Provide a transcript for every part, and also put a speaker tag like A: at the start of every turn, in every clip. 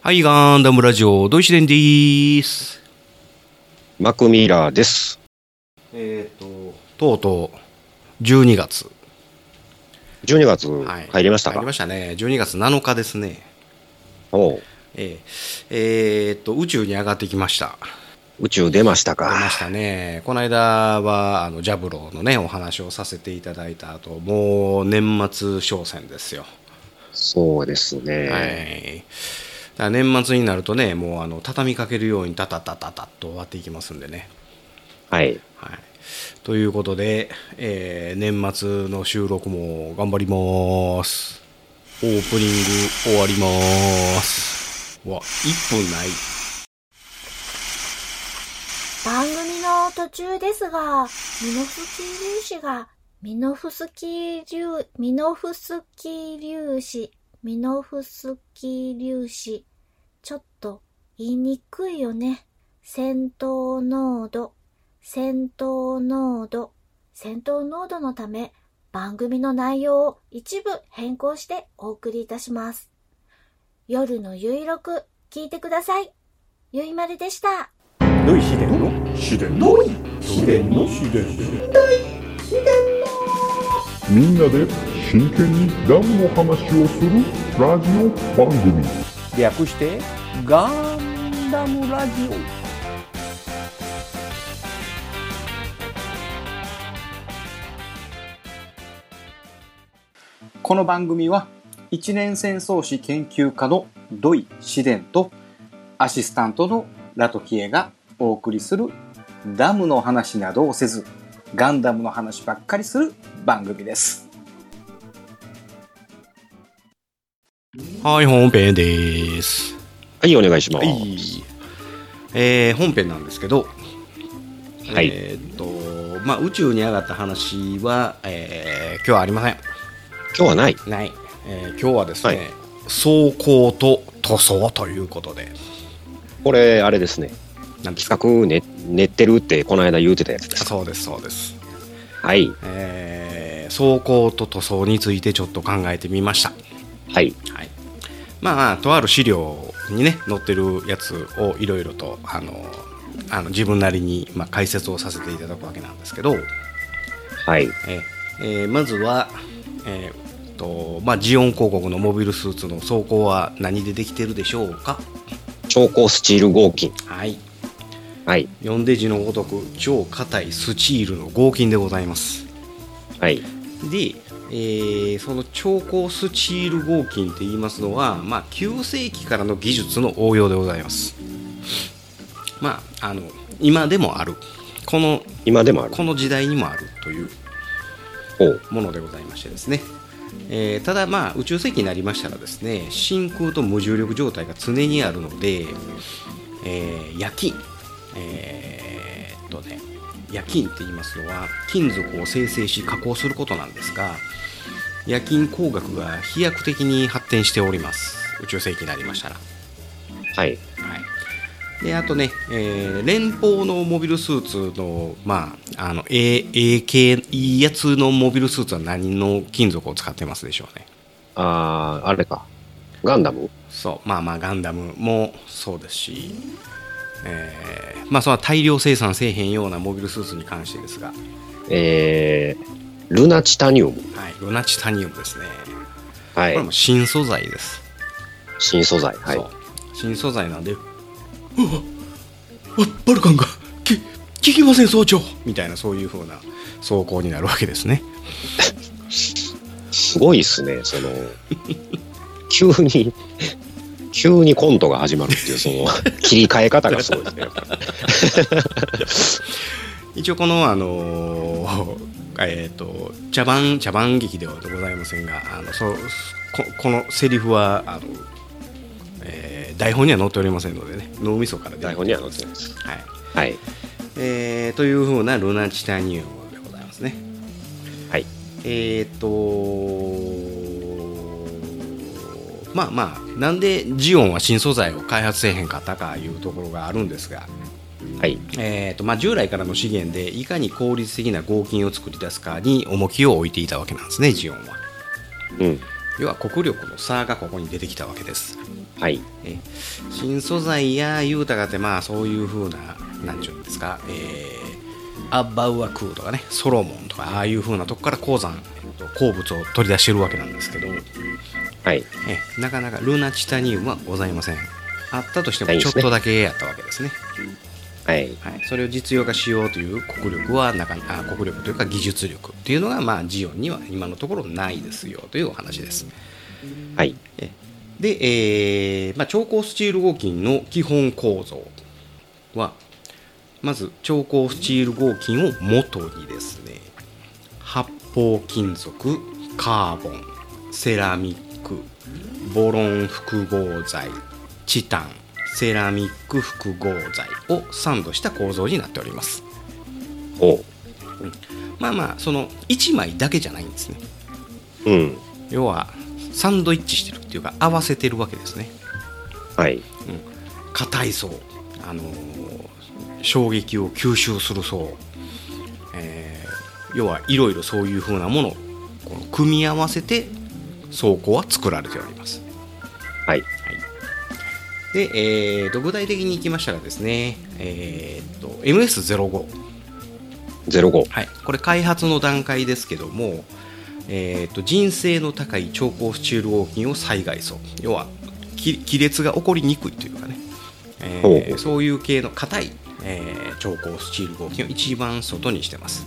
A: はい、ガンダムラジオ、ドイシデンでーす。
B: マクミラーです。
A: えっ、と、とうとう、12月。
B: 12月入りましたか、
A: 入りましたね。12月7日ですね。
B: おう
A: えーえーっと、宇宙に上がってきました。
B: 宇宙出ました
A: 出ま
B: か
A: したね。この間は、あの、ジャブローのね、お話をさせていただいた後、もう年末商戦ですよ。
B: そうですね、
A: はい。だから年末になるとね、もうあの畳みかけるようにタタタタタッと終わっていきますんでね。
B: はい。
A: はい、ということで、えー年末の収録も頑張ります。オープニング終わります。うわ、1分ない。
C: 番組の途中ですが、ミノフスキー粒子が、ミノフスキー粒、ミノフスキー粒子、ミノフスキー粒子。ちょっと言いにくいよね。戦闘濃度、戦闘濃度、戦闘濃度のため、番組の内容を一部変更してお送りいたします。夜のゆいろく、聞いてください。ゆいまるでした。
D: どい秘伝の秘伝の秘伝の秘伝の
E: みんなで真剣にダムの話をするラジオ番組
D: 略してガンダムラジオこの番組は一年戦争史研究家の土井紫伝とアシスタントのラトキエがお送りするダムの話などをせずガンダムの話ばっかりする番組です。
A: はい、本編です。
B: はい、お願いします。
A: はい。えー本編なんですけど、
B: はい
A: えーっと、まあ、宇宙に上がった話は、えー今日はありません。
B: 今日はない。
A: ない。えー今日はですね、
B: はい
A: 走行と塗装ということで、
B: これ、あれですね。
A: なんですか
B: 企画ね、練ってるって、この間言うてたやつです。
A: そうです、そうです。
B: はい。
A: えー走行と塗装についてちょっと考えてみました、
B: はい。
A: はい、まあとある資料にね載ってるやつをいろいろとあのあの自分なりに、まあ、解説をさせていただくわけなんですけど、
B: はい。
A: えーえーまずは、えーとまあ、ジオン広告のモビルスーツの走行は何でできてるでしょうか
B: 超高スチール合金。
A: はい
B: はい。
A: 4デジのごとく超硬いスチールの合金でございます
B: はい。
A: で、えーその超高スチール合金って言いますのは、まあ、9世紀からの技術の応用でございます。まあ、あの今でもあるこの
B: 今でもある。
A: この時代にもあるという
B: おう
A: ものでございましてですね、えーただ、まあ、宇宙世紀になりましたらですね真空と無重力状態が常にあるので、えー焼き、えーっとね、焼きって言いますのは金属を生成し加工することなんですが夜勤工学が飛躍的に発展しております宇宙世紀になりましたら。
B: はい。
A: はい、であとね、えー連邦のモビルスーツの,、まあ、あの A, A 系いいやつのモビルスーツは何の金属を使ってますでしょうね
B: あー、あれか。ガンダム
A: そうまあまあガンダムもそうですし、えーまあその大量生産せえへんようなモビルスーツに関してですが、は
B: えー、ルナチタニウム。
A: い、ロナチタニウムですね
B: は
A: こ
B: い
A: れ。も新素材です、
B: 新素材。はい
A: そ。う新素材なんでうわあバルカンがき聞きません総長みたいなそういう風な走行になるわけですね
B: すごいっすね。そ の、急に、急にコントが始まるっていう、その、切り替え方がすごいですね。やっぱ
A: 一応このあのーえっ、と茶番茶番劇ではございませんがあのそここのセリフはあの、えー台本には載っておりませんのでね脳みそから出てき
B: 台本には載ってないです。
A: はい、
B: はい。
A: えーというふうなルナチタニウムでございますね
B: はい。
A: えー、とまあまあなんでジオンは新素材を開発せえへんかったかいうところがあるんですが、
B: はい。
A: えーとまあ、従来からの資源でいかに効率的な合金を作り出すかに重きを置いていたわけなんですねジオンは
B: うん。
A: 要は国力の差がここに出てきたわけです
B: はい。
A: え新素材や言うたかってまあそういう風な何ちゅうんですか、えーアッバウアクーとかねソロモンとかああいう風なとこから鉱山、えっと鉱物を取り出してるわけなんですけど、え
B: はい。
A: なかなかルナチタニウムはございませんあったとして
B: ない
A: も
B: で
A: ち
B: す
A: ょ
B: ね
A: っとだけやったわけですね
B: はい。
A: はい、それを実用化しようという国力はなかなあ国力というか技術力っていうのがまあジオンには今のところないですよというお話です
B: はい。
A: えで、えーまあ、超硬スチール合金の基本構造はまず超硬スチール合金を元にですね発泡金属カーボンセラミックボロン複合材チタンセラミック複合材をサンドした構造になっております
B: お
A: まあまあその1枚だけじゃないんですね
B: うん。
A: 要はサンドイッチしてるっていうか合わせてるわけですね
B: はい。
A: 硬い層、あのー衝撃を吸収する層、えー要はいろいろそういうふうなものをこう組み合わせて倉庫は作られております
B: はい。
A: で、えーと具体的にいきましたらですね、えーと MS05
B: 05。
A: はい、これ開発の段階ですけども、えー、と人性の高い超高スチール合金を災害層要はき亀裂が起こりにくいというかね、えー
B: ほうほう
A: そういう系の硬い、えー超高スチール合金を一番外にしてます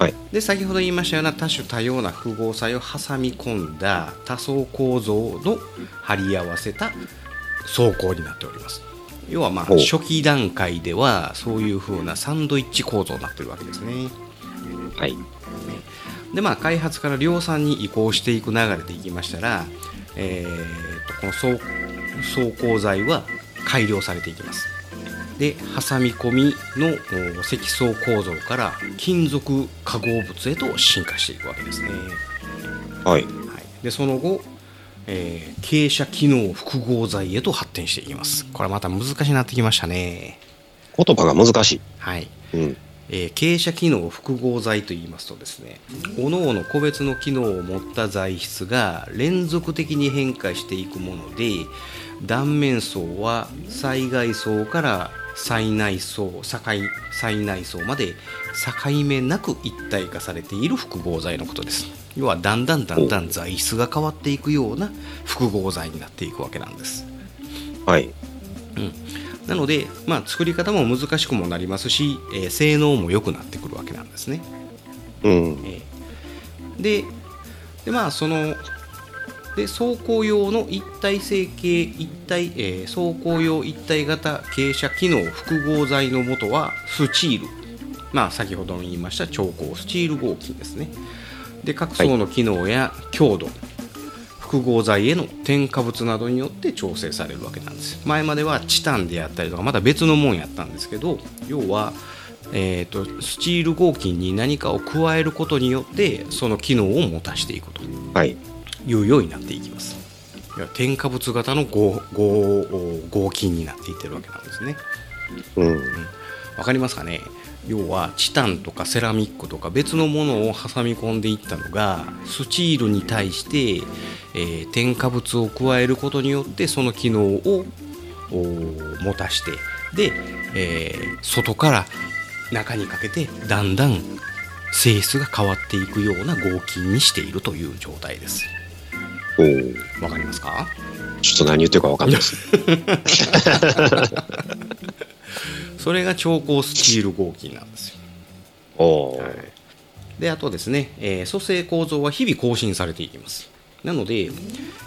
B: はい。
A: で先ほど言いましたような多種多様な複合材を挟み込んだ多層構造の貼り合わせた装甲になっております要はまあ
B: ほう
A: 初期段階ではそういう風なサンドイッチ構造になってるわけですね
B: はい。
A: でまあ開発から量産に移行していく流れでいきましたら、えーとこの装装甲材は改良されていきますで挟み込みのお積層構造から金属化合物へと進化していくわけですね、は
B: はい。
A: い、でその後、えー傾斜機能複合材へと発展していきますこれまた難しくなってきましたね
B: 言葉が難し
A: はい
B: い。うん。
A: えー傾斜機能複合材といいますとですね各々個別の機能を持った材質が連続的に変化していくもので断面層は最外層から最内層境最内層まで境目なく一体化されている複合材のことです要はだんだんだんだん材質が変わっていくような複合材になっていくわけなんです
B: はい。
A: なので、まあ、作り方も難しくもなりますし、えー性能も良くなってくるわけなんですね。
B: うん。
A: えーででまあそので走行用の一体成形一体、えー走行用一体型傾斜機能複合材の元はスチールまあ先ほども言いました超高スチール合金ですねで各層の機能や強度、複合材への添加物などによって調整されるわけなんです前まではチタンであったりとかまた別のもんやったんですけど要は、えー、とスチール合金に何かを加えることによってその機能を持たしていくと
B: はい。
A: いうようになっていきますいや添加物型の合合合金になっていってるわけなんですね
B: うん。
A: わかりますかね要はチタンとかセラミックとか別のものを挟み込んでいったのがスチールに対して、えー添加物を加えることによってその機能をおー持たしてで、えー外から中にかけてだんだん性質が変わっていくような合金にしているという状態です
B: おー
A: わかりますか
B: ちょっと何言ってるか分かんない です。
A: それが超高スチール合金なんですよ
B: おお。
A: であとですね、えー組成構造は日々更新されていきますなので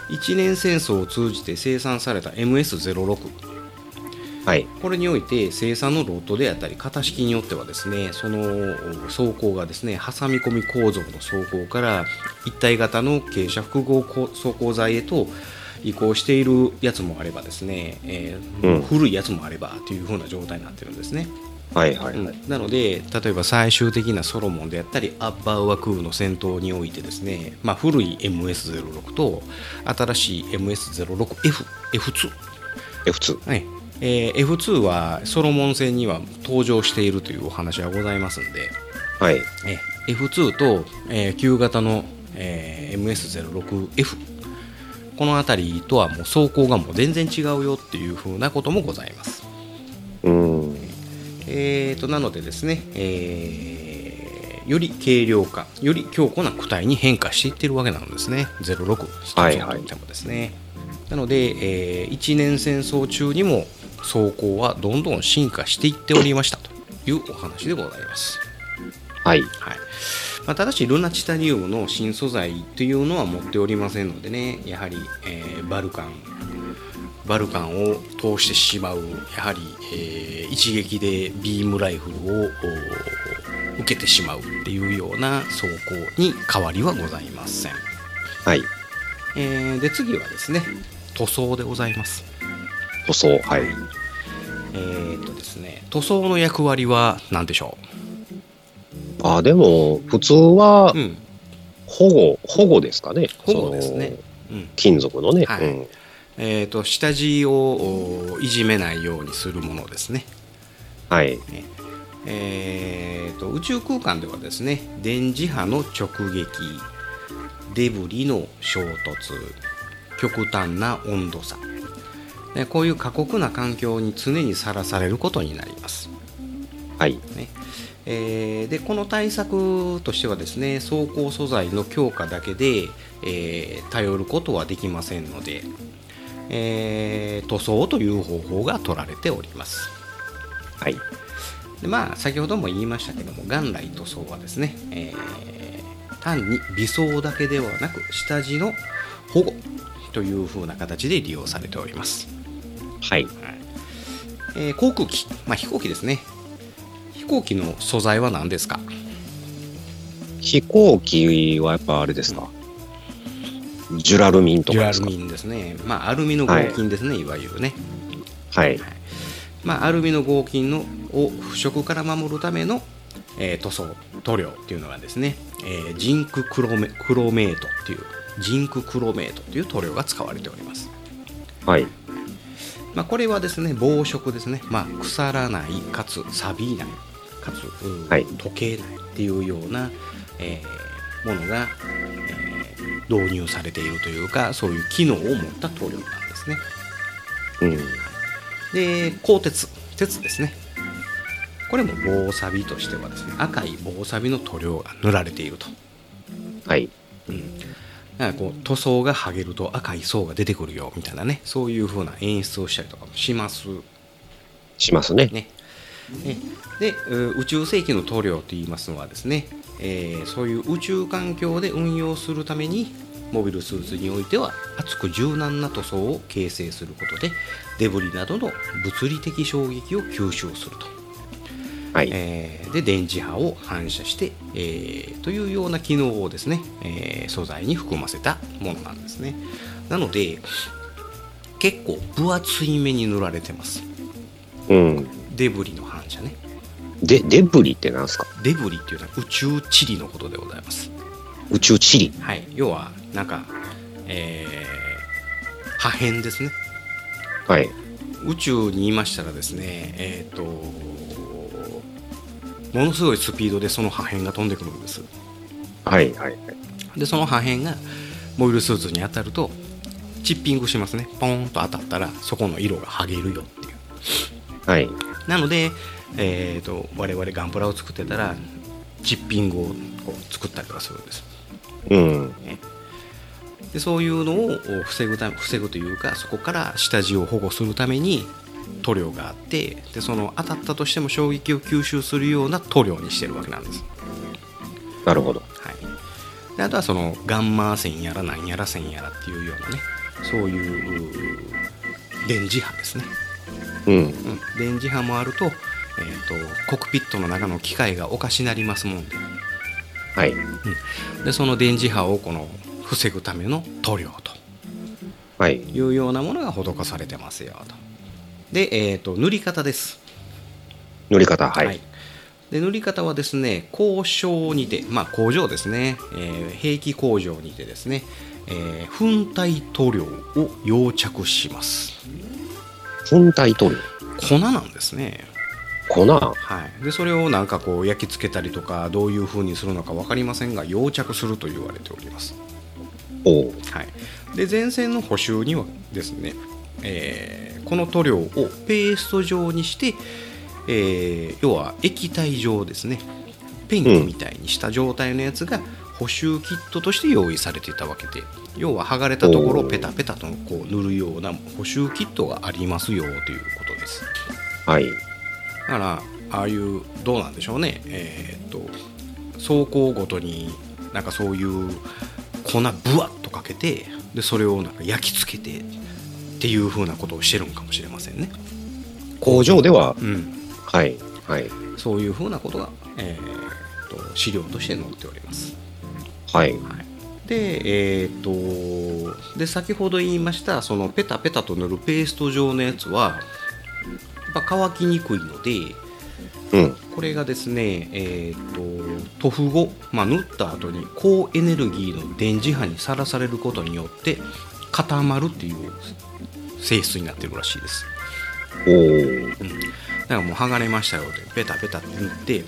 A: 一年戦争を通じて生産された MS06
B: はい。
A: これにおいて生産のロットであったり型式によってはですねその走行がですね挟み込み構造の走行から一体型の傾斜複合走行材へと移行しているやつもあればですね、えー
B: うん
A: 古いやつもあればというふうな状態になってるんですね。
B: はい。はい。
A: う
B: はい。
A: んなので例えば最終的なソロモンであったりアッバウアクーの戦闘においてですね、まあ、古い MS06 と新しい MS06FF2、
B: F2。
A: はいえー F2 はソロモン戦には登場しているというお話はございますんで、
B: はい。
A: えー F2 と、えー旧型の、えー MS06F この辺りとはもう走行がもう全然違うよっていう風なこともございます。
B: うん。
A: えー、となのでですね、えーより軽量化より強固な躯体に変化していってるわけなんですね06
B: はいはい
A: 一つのとってもですねなので、え1年戦争中にも走行はどんどん進化していっておりましたというお話でございます、
B: はい。
A: はいまあ、ただしルナチタニウムの新素材というのは持っておりませんのでねやはり、えーバルカンバルカンを通してしまうやはり、えー一撃でビームライフルをお受けてしまうっていうような走行に変わりはございません、
B: はい。
A: えーで次はですね塗装でございます
B: 塗装。はい。
A: えーっとですね塗装の役割は何でしょ
B: あ、でも、普通は
A: う、うん
B: 保護、保護ですかね。
A: 保護ですね
B: その
A: うん
B: 金属のね。
A: はい
B: うん
A: えー、と下地をおいじめないようにするものですね、
B: はい。
A: えー、と宇宙空間ではですね電磁波の直撃デブリの衝突極端な温度差ねこういう過酷な環境に常にさらされることになります
B: はい。
A: えーでこの対策としてはですね走行素材の強化だけで、えー頼ることはできませんので、えー塗装という方法が取られております
B: はい。
A: でまあ先ほども言いましたけども元来塗装はですね、えー単に美装だけではなく下地の保護という風な形で利用されております
B: はい。
A: えー航空機、まあ、飛行機ですね飛行機の素材は何ですか
B: 飛行機はやっぱあれですか。ジュラルミンと
A: ジュ
B: か
A: ラ
B: です
A: ル
B: か
A: ミ。ンですね、まあ、アルミの合金ですね、い、わゆるね、
B: はい。
A: まあ、アルミの合金のを腐食から守るための、えー塗装塗料っていうのがですね、えージンククロメクロメートっていうジンククロメートっていう塗料が使われております、
B: はい。
A: まあ、これはですね防食ですね、まあ、腐らないかつ錆びないかつ、うん
B: はい
A: 溶けないっていうような、えーものが、えー導入されているというかそういう機能を持った塗料なんですね
B: うん。
A: で鋼鉄鉄ですねこれも棒サビとしてはですね赤い棒サビの塗料が塗られていると、
B: はい。
A: うん、なんかこう塗装が剥げると赤い層が出てくるよみたいなねそういう風な演出をしたりとかもします
B: しますね。
A: ねねでう宇宙世紀の塗料といいますのはですね、えーそういう宇宙環境で運用するためにモビルスーツにおいては厚く柔軟な塗装を形成することでデブリなどの物理的衝撃を吸収すると、
B: はい。
A: えーで電磁波を反射して、えーというような機能をですね、えー素材に含ませたものなんですねなので結構分厚い目に塗られてます
B: うん。
A: デブリの反射ね
B: で、デブリってなんですか
A: デブリっていうのは宇宙塵のことでございます。
B: 宇宙チリ。
A: はい、要はなんか、えー破片ですね。
B: はい。
A: 宇宙にいましたらですね、えっ、とものすごいスピードでその破片が飛んでくるんです。
B: はい。はい。
A: でその破片がモビルスーツに当たるとチッピングしますね。ポーンと当たったらそこの色が剥げるよっていう。
B: はい。
A: なので、えっ、と我々ガンプラを作ってたらチッピングをこう作ったりとかするんです。
B: うん。
A: でそういうのをお防ぐた防ぐというかそこから下地を保護するために塗料があってでその当たったとしても衝撃を吸収するような塗料にしてるわけなんです、
B: なるほど。
A: はい、であとはそのガンマ線やらなんやら線やらっていうようなねそういうう電磁波ですね、
B: うん。
A: うん、電磁波もあると,、えー、とコクピットの中の機械がおかしなりますもんで
B: はい。
A: でその電磁波をこの防ぐための塗料と
B: はい。
A: いうようなものが施されてますよと。で、えー、と塗り方です、
B: 塗り方。はい。
A: で塗り方はですね工廠にて、まあ、工場ですね、えー兵器工場にてですね、えー粉体塗料を溶着します
B: 本体塗料。
A: 粉なんですね、
B: 粉。
A: はい、でそれをなんかこう焼き付けたりとかどういう風にするのか分かりませんが溶着すると言われております
B: おう
A: はい、で前線の補修にはですね、えーこの塗料をペースト状にして、えー要は液体状ですねペンキみたいにした状態のやつが補修キットとして用意されていたわけで要は剥がれたところをペタペタとこう塗るような補修キットがありますよということです。
B: はい。
A: だからああいうどうなんでしょうねえーっと走行ごとになんかそういう粉ブワッとかけてでそれをなんか焼き付けてっていう風なことをしてるんかもしれませんね、
B: 工場では、
A: うん、
B: はい。はい。
A: そういう風なことが、えーっと資料として載っております
B: はい。
A: で,、えーっとで先ほど言いましたそのペタペタと塗るペースト状のやつはやっぱ乾きにくいので
B: うん。
A: これがですね、えー、と塗布後、まあ、塗った後に高エネルギーの電磁波にさらされることによって固まるっていう性質になってるらしいです
B: おー。
A: だからもう剥がれましたよってベタベタって塗って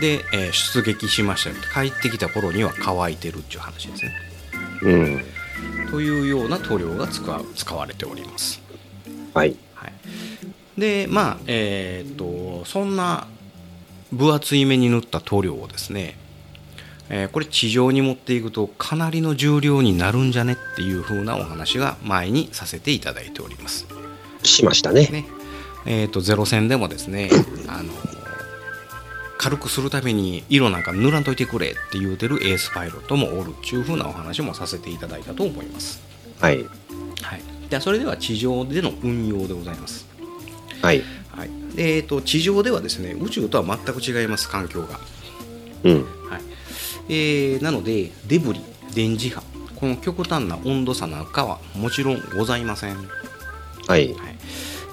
A: で、えー出撃しましたよって帰ってきた頃には乾いてるっていう話ですね
B: うん。
A: というような塗料が使わ使われております
B: はい。
A: はい、でまあえーっとそんな分厚い目に塗った塗料をですね、えーこれ地上に持っていくとかなりの重量になるんじゃねっていう風なお話が前にさせていただいております。
B: しましたね。
A: ねえー、とゼロ戦でもですねあの軽くするために色なんか塗らんといてくれって言うてるエースパイロットもおるっていう風なお話もさせていただいたと思います。
B: はい。
A: はい、ではそれでは地上での運用でございます。
B: はい。
A: はいでえー、と地上ではですね宇宙とは全く違います環境が、
B: うん。
A: はいえーなのでデブリ電磁波この極端な温度差なんかはもちろんございません、はい、
B: はい。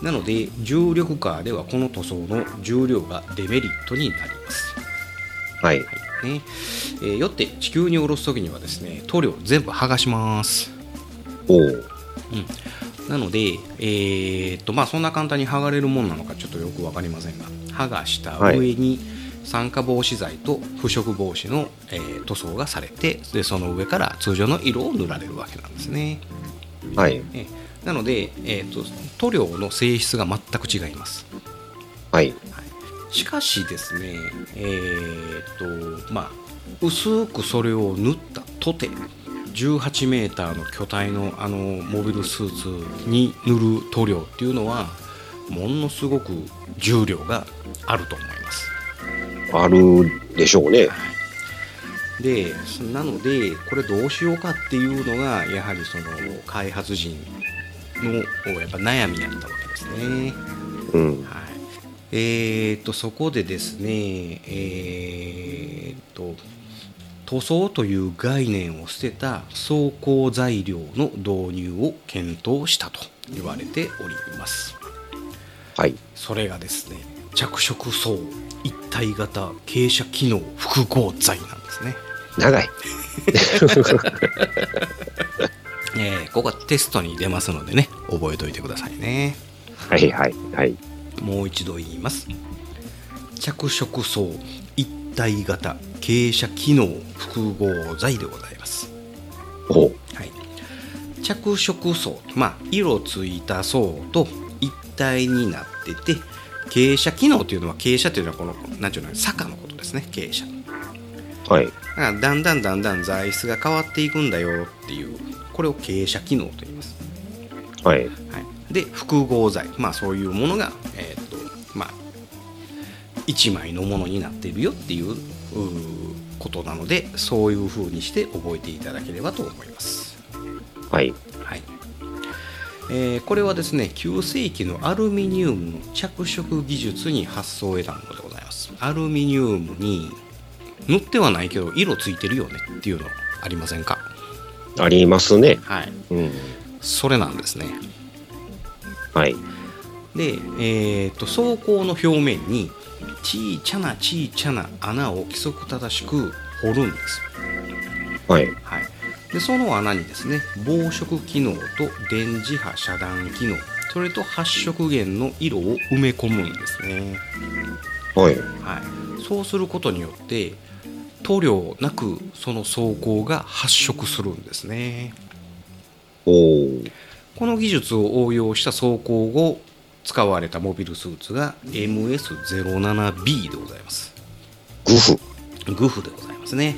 A: なので重力カーではこの塗装の重量がデメリットになります、
B: はい。
A: はいねえーよって地球に下ろす時にはですね塗料全部剥がします
B: おー。
A: なので、えーっとまあ、そんな簡単に剥がれるもんなのかちょっとよく分かりませんが剥がした上に酸化防止剤と腐食防止の、えー塗装がされてでその上から通常の色を塗られるわけなんですね。
B: はい。
A: えーなので、えーっと塗料の性質が全く違います。
B: はい。
A: しかしですね、えーっとまあ、薄くそれを塗ったとて18メーターの巨体のあのモビルスーツに塗る塗料っていうのはものすごく重量があると思います。
B: あるでしょうね。
A: でなのでこれどうしようかっていうのがやはりその開発陣のやっぱ悩みだったわけですね。
B: うん。
A: はい、えー、とそこでですね、えー、と塗装という概念を捨てた装甲材料の導入を検討したと言われております
B: はい。
A: それがですね着色層一体型傾斜機能複合材なんですね、
B: 長い。
A: えーここはテストに出ますのでね覚えておいてくださいね
B: はいはいはい。
A: もう一度言います着色層一体型傾斜機能複合材でございます、
B: おー。
A: はい、着色層まあ色ついた層と一体になってて傾斜機能というのは傾斜というのはこの何ていうの坂のことですね傾斜
B: はい。
A: だからだんだんだんだん材質が変わっていくんだよっていうこれを傾斜機能と言います
B: はい。
A: はい、で複合材、まあ、そういうものが、えーっとまあ、1枚のものになっているよっていううーことなのでそういうふうにして覚えていただければと思います、
B: はい。
A: はいえーこれはですね9世紀のアルミニウムの着色技術に発想を得たものでございますアルミニウムに塗ってはないけど色ついてるよねっていうのありませんか
B: ありますね。
A: はい
B: うん。
A: それなんですね
B: はい。
A: で、えー、と走行の表面に小ちゃな小ちゃな穴を規則正しく掘るんです、
B: はい。
A: はい、でその穴にですね防食機能と電磁波遮断機能それと発色源の色を埋め込むんですね、
B: はい。
A: はい、そうすることによって塗料なくその走行が発色するんですね
B: おお。
A: この技術を応用した走行後使われたモビルスーツが MS-07B でございます
B: グフ。
A: グフでございますね、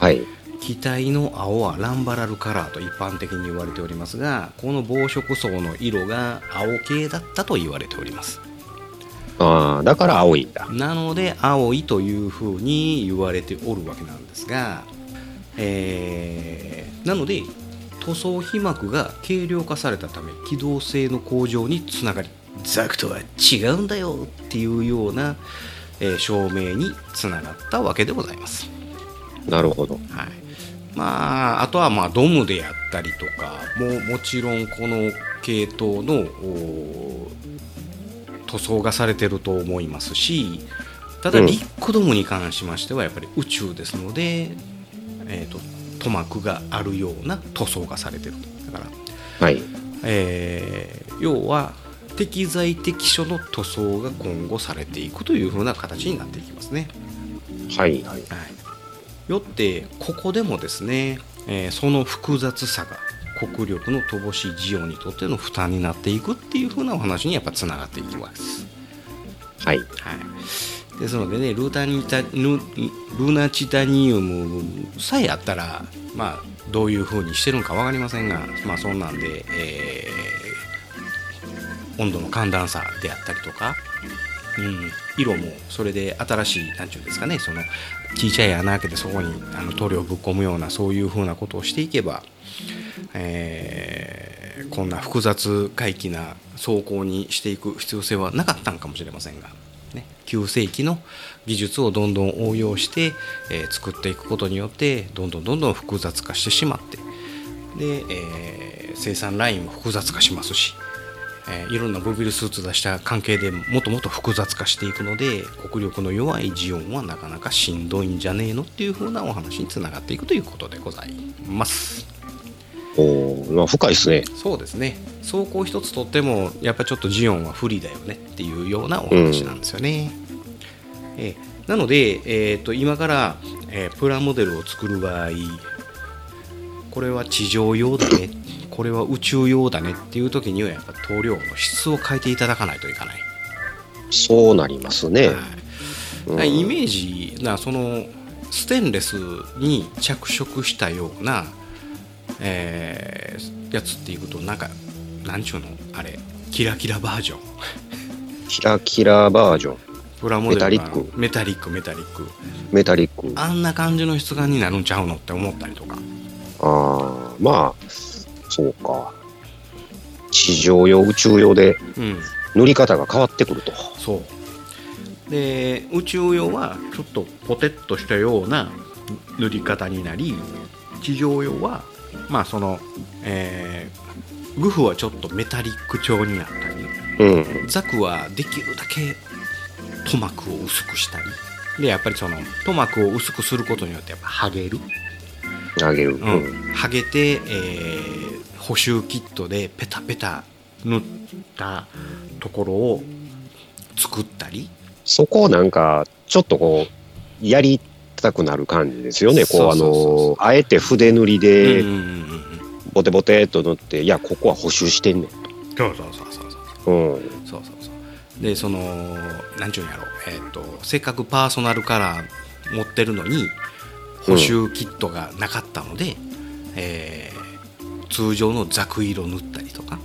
A: はい
B: はい。
A: 機体の青はランバラルカラーと一般的に言われておりますがこの防食層の色が青系だったと言われております
B: ああ、だから青いんだ。
A: なので青いというふうに言われておるわけなんですが、えーなので塗装皮膜が軽量化されたため機動性の向上につながりザクとは違うんだよっていうような、えー証明につながったわけでございます。
B: なるほど。
A: はい、まああとはまあドムであったりとかももちろんこの系統のおー塗装がされてると思いますしただ
B: うん
A: ビッグドムに関しましてはやっぱり宇宙ですので、えー、と塗膜があるような塗装がされてるだから、
B: はい。
A: えー要は適材適所の塗装が今後されていくというふうな形になっていきますね。
B: はい。は
A: は
B: い。
A: い、よってここでもですね、えーその複雑さが国力の乏しい事業にとっての負担になっていくっていう風なお話にやっぱつながっていきます。
B: はい。
A: はい、ですのでねルータニタルルナチタニウムさえあったら、まあ、どういう風にしてるのか分かりませんが、まあ、そんなんで、えー温度の寒暖差であったりとか、うん、色もそれで新しい何ていうんですかねその小さい穴開けてそこにあの塗料ぶっ込むようなそういう風なことをしていけば、えーこんな複雑回帰な走行にしていく必要性はなかったのかもしれませんが、ね、9世紀の技術をどんどん応用して、えー作っていくことによってどんどんどんどん複雑化してしまってで、えー生産ラインも複雑化しますし、えーいろんなモビルスーツ出した関係でもっともっと複雑化していくので国力の弱いジオンはなかなかしんどいんじゃねえのっていう風なお話につながっていくということでございます。
B: おお、まあ深いですね。
A: そうですね走行一つとってもやっぱちょっとジオンは不利だよねっていうようなお話なんですよね、えーなので、えー、と今から、えープラモデルを作る場合これは地上用だねこれは宇宙用だねっていう時にはやっぱ塗料の質を変えていただかないといかない、
B: そうなりますね。うん
A: はい、イメージなそのステンレスに着色したような、えーやつっていうとなんか何ちゅうのあれキラキラバージョン
B: キラキラバージョン、
A: プラモデルが
B: メタリック
A: メタリックメタリック
B: メタリック。あ
A: あんな感じの質感になるんちゃうのって思ったりとか
B: あー、まあ、そうか。地上用、宇宙用で
A: うん
B: 塗り方が変わってくると。
A: そうで宇宙用はちょっとポテッとしたような塗り方になり地上用はまあその、えーグフはちょっとメタリック調になったり
B: うん。
A: ザクはできるだけ塗膜を薄くしたりでやっぱりその塗膜を薄くすることによってやっぱハゲる、
B: あげる。
A: う
B: う。
A: んん、ハゲて、えー補修キットでペタペタ塗ったところを作ったり
B: そこをなんか、ちょっとこう、やりたくなる感じですよね。こう、
A: そう
B: あ
A: そうそうそう
B: の、あえて筆塗り
A: うん
B: で、
A: うんうんうん
B: ボテボテっと塗って、いや、ここは補修してんねん。
A: そうそうそうそうそう
B: うん。
A: そうそうそうでそのなんちゅうんやろえーっ、とせっかくパーソナルカラー持ってるのに補修キットがなかったので、えー通常のザク色塗ったりとか、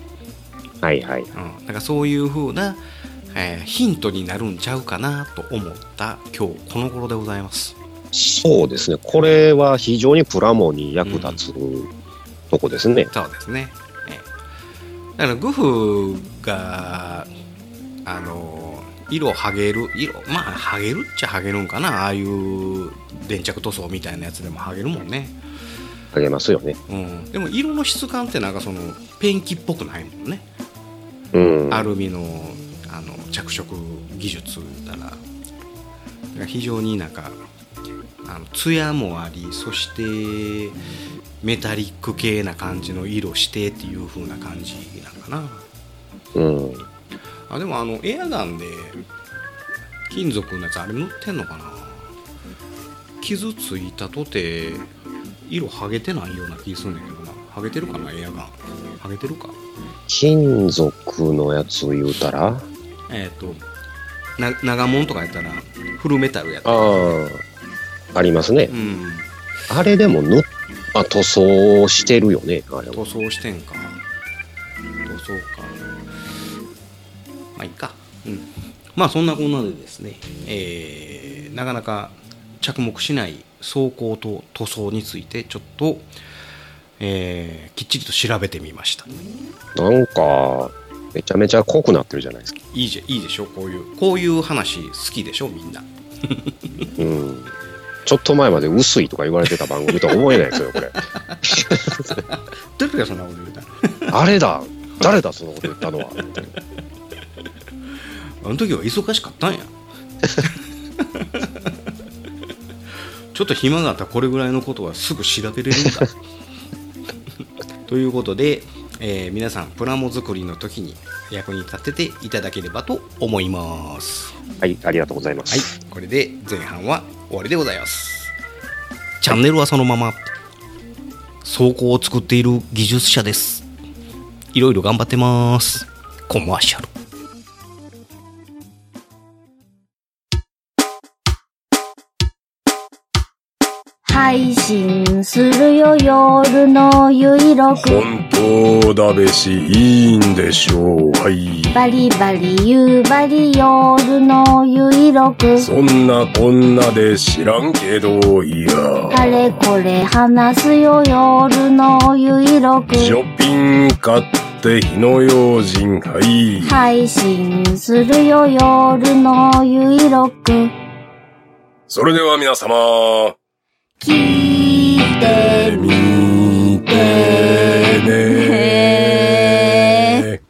B: はいはい。
A: うん、なんかそういう風な、えーヒントになるんちゃうかなと思った今日この頃でございます
B: そうですね。これは非常にプラモに役立つとこですね。
A: そうですね。ええだからグフがあの色はげる色まあはげるっちゃはげるんかなああいう電着塗装みたいなやつでもはげるもんね、
B: あげますよね。
A: うん、でも色の質感ってなんかそのペンキっぽくないもんね、
B: うん。
A: アルミのあの着色技術ならだから非常になんかあの艶もありそしてメタリック系な感じの色してっていう風な感じなんかな
B: うん。
A: あでもあのエアガンで金属のやつあれ塗ってんのかな傷ついたとて色剥げてないような気すんねんけどなハゲてるかなエアガンハゲてるか
B: 金属のやつを言うたらあ
A: えっ、とな長門とかやったらフルメタルやったら
B: あ、ありますね
A: う。ん
B: あれでも塗っ、あ、塗装してるよね、あれは。
A: 塗装してんか塗装かまあいいかうんまあそんなこんなでですね、えーなかなか着目しない装甲と塗装についてちょっと、えーきっちりと調べてみました
B: なんか、めちゃめちゃ濃くなってるじゃないですか。
A: いいじゃいいでしょこういうこういう話好きでしょみんな
B: うん。ちょっと前まで薄いとか言われてた番組とは思えないですよ、こ れ。
A: 誰がそんなこと言うた
B: あれだ誰だ、そのこと言ったのは。
A: あの時は忙しかったんや ちょっと暇があったらこれぐらいのことはすぐ調べれるんだ ということで、えー皆さんプラモ作りの時に役に立てていただければと思います
B: はい、ありがとうございま
A: はい
B: す。
A: これで前半は終わりでございますチャンネルはそのまま走行を作っている技術者ですいろいろ頑張ってますコマーシャル
C: 配信するよ夜のゆいろく
F: 本当だべし、いいんでしょう。はい。
C: バリバリ夕張夜のゆいろく
F: そんなこんなで知らんけど、い
C: あ
F: や。
C: れこれ話すよ夜のゆいろく
F: ショッピング買って火の用心、はい。
C: 配信するよ夜のゆいろく
F: それでは皆様、
C: 聞いてみ
F: 見て
C: ね
F: ね。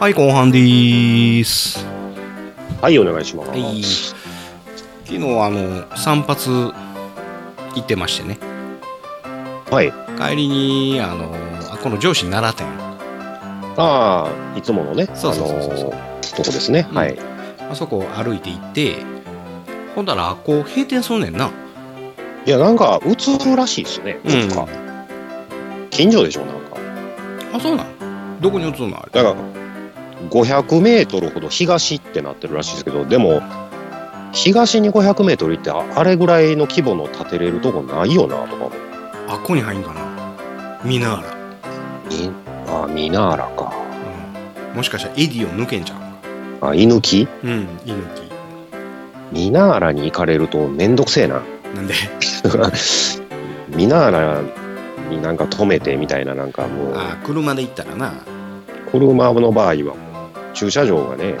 A: はい後半でーす
B: はい、お願いします。
A: はい、昨日あの散髪行ってましてね
B: はい。
A: 帰りにあのあこの上司奈良店
B: ああ、いつものね、あの
A: そうそうそうそう
B: ーとこですね。
A: うん
B: はい。
A: あそこを歩いて行ってほんだらあっこ閉店すんねんない
B: や、なんか、映るらしいですね。
A: うん
B: なんか、近所でしょ、なんか。
A: あそうなんどこに移るのあれ
B: だから、500メートルほど東ってなってるらしいですけど、でも、東に500メートル行って、ああれぐらいの規模の建てれるとこないよな、とかも。
A: あっこに入んかな見ながら、
B: みあ、ミナーラか。
A: うん、もしかしたらエディを抜けんじゃん
B: あ、犬木
A: うん猪
B: ミナーラに行かれるとめんどくせえな。
A: 木なんで
B: ミナーラになんか止めてみたいな、なんかもう、
A: あ車で行ったらな
B: 車の場合はもう、駐車場がね、
A: うん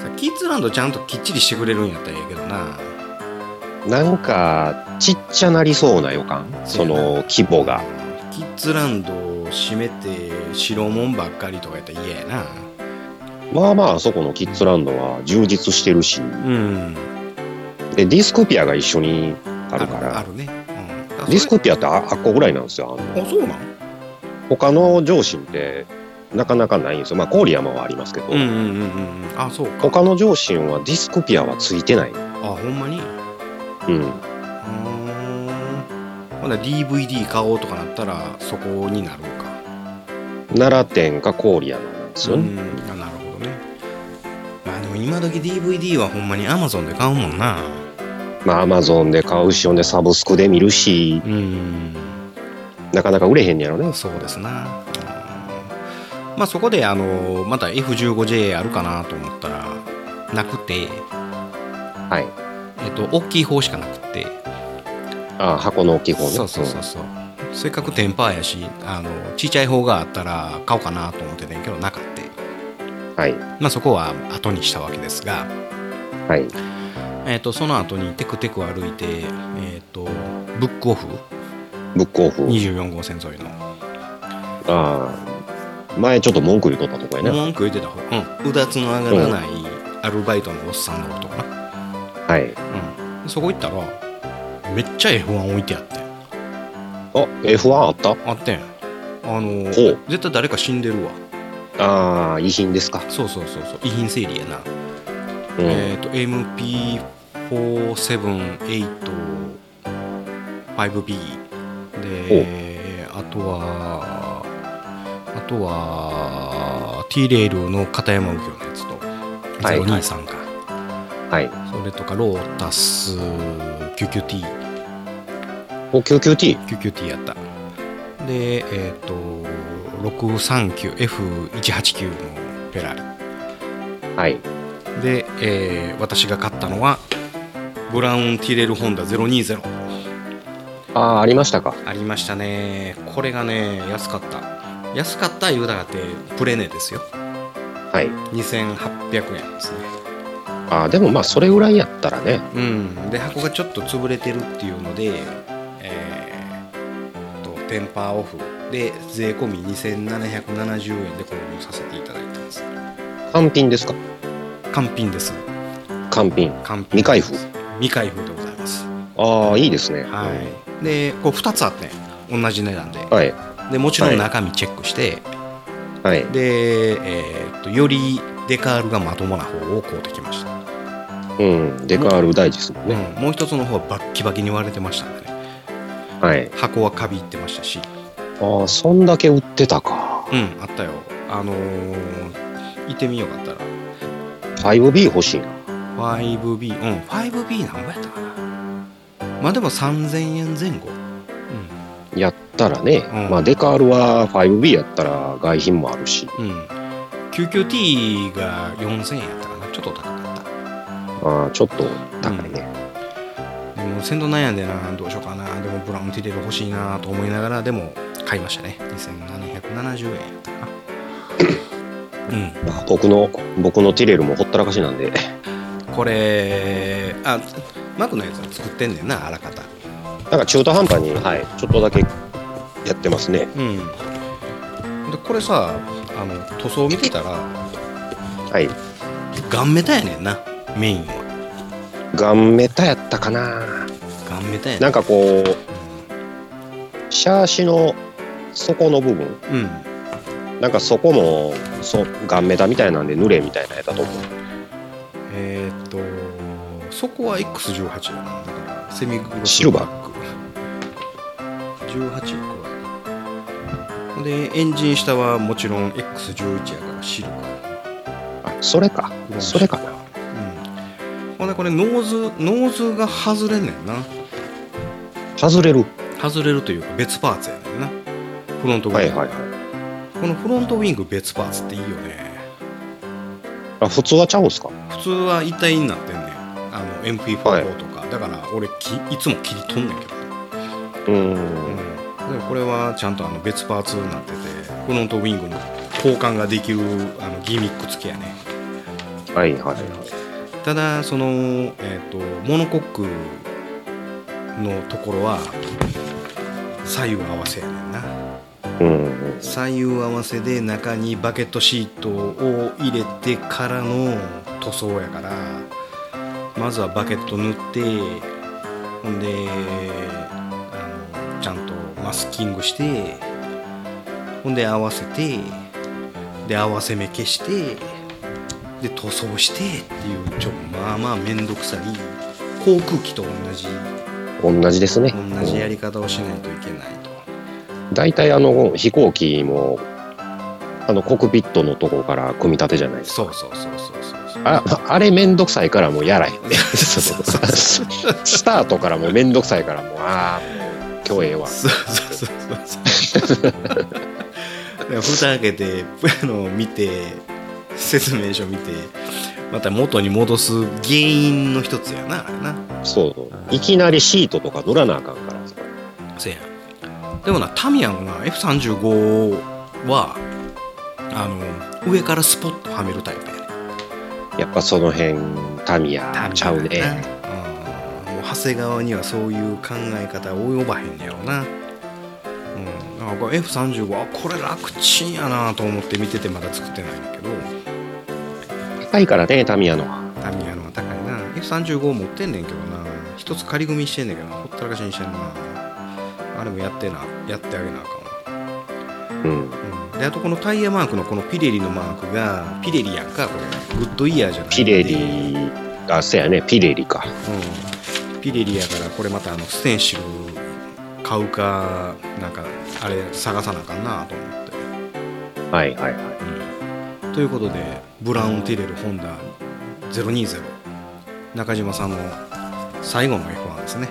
A: さキッズランドちゃんときっちりしてくれるんやったらええけどな
B: なんか、ちっちゃなりそうな予感。その規模が。
A: キッズランドを閉めて白門ばっかりとかやったら嫌やな
B: まあまあ、あそこのキッズランドは充実してるし、
A: うん
B: で、ディスコピアが一緒にあ
A: あ
B: るから、
A: あるね、うん、だからそれ
B: ディスコピアってああっこぐらいなんですよ。あの
A: あそうなん
B: 他の上司ってなかなかないんですよ。まあ、郡山はありますけど、
A: うんうんうんうんうんあそうか
B: 他の上司はディスコピアはついてない。
A: あほんまにう
B: う
A: ー
B: ん。
A: んほんなら DVD 買おうとかなったらそこになるんか
B: 奈良店か郡山なんですよね。
A: んあなるほどねまあでも今時 DVD はほんまに Amazon で買うもんな
B: まあ、アマゾンで買うし、ほんでサブスクで見るし、
A: うん
B: なかなか売れへんねやろね。
A: そうですな、うんまあ、そこであのまた F15J あるかなと思ったらなくて、
B: はい。
A: えっと、大きい方しかなくて
B: ああ、箱の大きい方ね。
A: そうそうそうそうせっかくテンパーやしあのちっちゃい方があったら買おうかなと思ってたんやけどなかって、
B: うんはい。
A: まあ、そこは後にしたわけですが、
B: はい。
A: えっと、その後にテクテク歩いて、えっと、ブックオフ
B: ブックオフ。
A: 24号線沿いの
B: ああ。前ちょっと文句言うとったとこやね。
A: 文句言ってた方うんうだつの上がらないアルバイトのおっさんのことかな
B: はい。
A: うん、そこ行ったらめっちゃ F1 置いてあって
B: あ、F1 あった
A: あってんあの
B: ほう
A: 絶対誰か死んでるわ
B: ああ、遺品ですか。
A: そうそうそうそう遺品整理やな、
B: うん。
A: えっ、と MP478 5B であとはあとは T レールの片山右京のやつと
B: はいはい
A: 023か、
B: はい。
A: それとかロータス QQT
B: お、QQT。
A: QQT やったでえっ、と 639F189 のフェラーリ
B: はい。
A: で、えー私が買ったのはブラウンティレルホンダ020
B: ああ、ありましたか。
A: ありましたねこれがね安かった安かった言うたらってプレネですよ
B: はい。
A: 2800円ですね
B: ああ、でもまあ、それぐらいやったらね。
A: うんで箱がちょっと潰れてるっていうのでえーとテンパーオフで税込み2770円で購入させていただいたんです
B: 完品ですか。
A: 完品です
B: 完品。
A: 完品
B: 未開封
A: 未開封でございます
B: ああ、いいですね。
A: はい、でこう2つあって同じ値段で
B: はい。
A: でもちろ
B: は
A: ん
B: い
A: 中身チェックして、
B: はい。
A: で、えーっとよりデカールがまともな方を買うてきました、
B: うん。デカール大事ですもんね。
A: うんもう一つの方はバッキバキに割れてましたんでね
B: はい。
A: 箱はカビいってましたし
B: ああ、そんだけ売ってたか。
A: うんあったよあのー、いてみようかったら
B: 5B 欲しいな。
A: 5B うん 5B 何ぼやったかなまあでも3000円前後う
B: やったらね、
A: うん
B: まあデカールは 5B やったら外品もあるし、
A: んうん QQT が4000円やったかなちょっと高かった
B: ああちょっと高いね。
A: でも先頭悩んでなどうしようかなでもブラウンティレル欲しいなと思いながらでも買いましたね2770円やったかな
B: まあ僕の、僕のティレルもほったらかしなんで、
A: うんこれあマークのやつは作ってんねんなあらかた
B: なんか中途半端に、はい、ちょっとだけやってますね。
A: うんでこれさあの塗装見てたら
B: はい。
A: ガンメタやねんなメインは
B: ガンメタやったかな。
A: ガンメタやね
B: なんんかこう、シャーシの底の部分、
A: うん
B: なんかそこも、そう、ガンメタみたいなんで濡れみたいなやつだと思う。
A: えーっとそこは X18 やなだからセミグロス
B: シルバー
A: ック18個でエンジン下はもちろん X11 やからシルバ
B: あ、それか。
A: ー
B: それか
A: う
B: な。
A: んほんでこれノーズノーズが外れんねんな
B: 外れる。
A: 外れるというか別パーツやねんなフロントウィン
B: は
A: グ、
B: いはいはい。
A: このフロントウィング別パーツっていいよね
B: あ、普通はちゃうんすか
A: 普通は一体になってんねんあの MP44 とか、だから俺きいつも切り取んねんけどな
B: うーん。
A: でもこれはちゃんとあの別パーツになっててフロントウィングの交換ができるあのギミック付きやね
B: はいはいはい。
A: ただその、えー、とモノコックのところは左右合わせやねんな
B: うんうん。
A: 左右合わせで中にバケットシートを入れてからの塗装やからまずはバケット塗ってほんであのちゃんとマスキングしてほんで合わせてで合わせ目消してで塗装してっていうちょまあまあ面倒くさい航空機と同じ
B: 同じですね。
A: 同じやり方をしないといけないと。
B: 大体あの飛行機もあのコックピットのところから組み立てじゃないです
A: そ
B: か。
A: うそうそうそうそうそう
B: ああれめんどくさいからもうやらへん。
A: そ うそうそ
B: スタートからもうめんどくさいからもうああもう今日ええわ。
A: そうそうそうそう。で蓋開けて、あの見て、説明書見て、また元に戻す原因の一つやな、あれな。
B: そうそう。いきなりシートとか塗らなあかんから。
A: せやん。でもな、タミヤのな、F35 は、あの、上からスポッとはめるタイプやね。
B: やっぱその辺タミヤちゃう
A: タミヤや
B: ね。
A: なうんもう長谷川にはそういう考え方及ばへんねやろな。うん、だからこれ F35 あこれ楽ちんやなと思って見ててまだ作ってないんだけど
B: 高いからねタミヤのは。
A: タミヤのは高いな F35 持ってんねんけどな一つ仮組みしてんねんけどなほったらかしにしてんなあれもやってなやってあげなあか
B: うん。
A: んわ、うん、であとこのタイヤマークのこのピレリのマークがピレリやんかこれグッドイヤーじゃない
B: ピレリあせやねピレリか。
A: うん、ピレリやからこれまたあのステンシル買うかなんかあれ探さなあかんなと思って、
B: はいはいはい。
A: うんということでブラウン・ティレル・ホンダ020中島さんの最後の F1 ですね、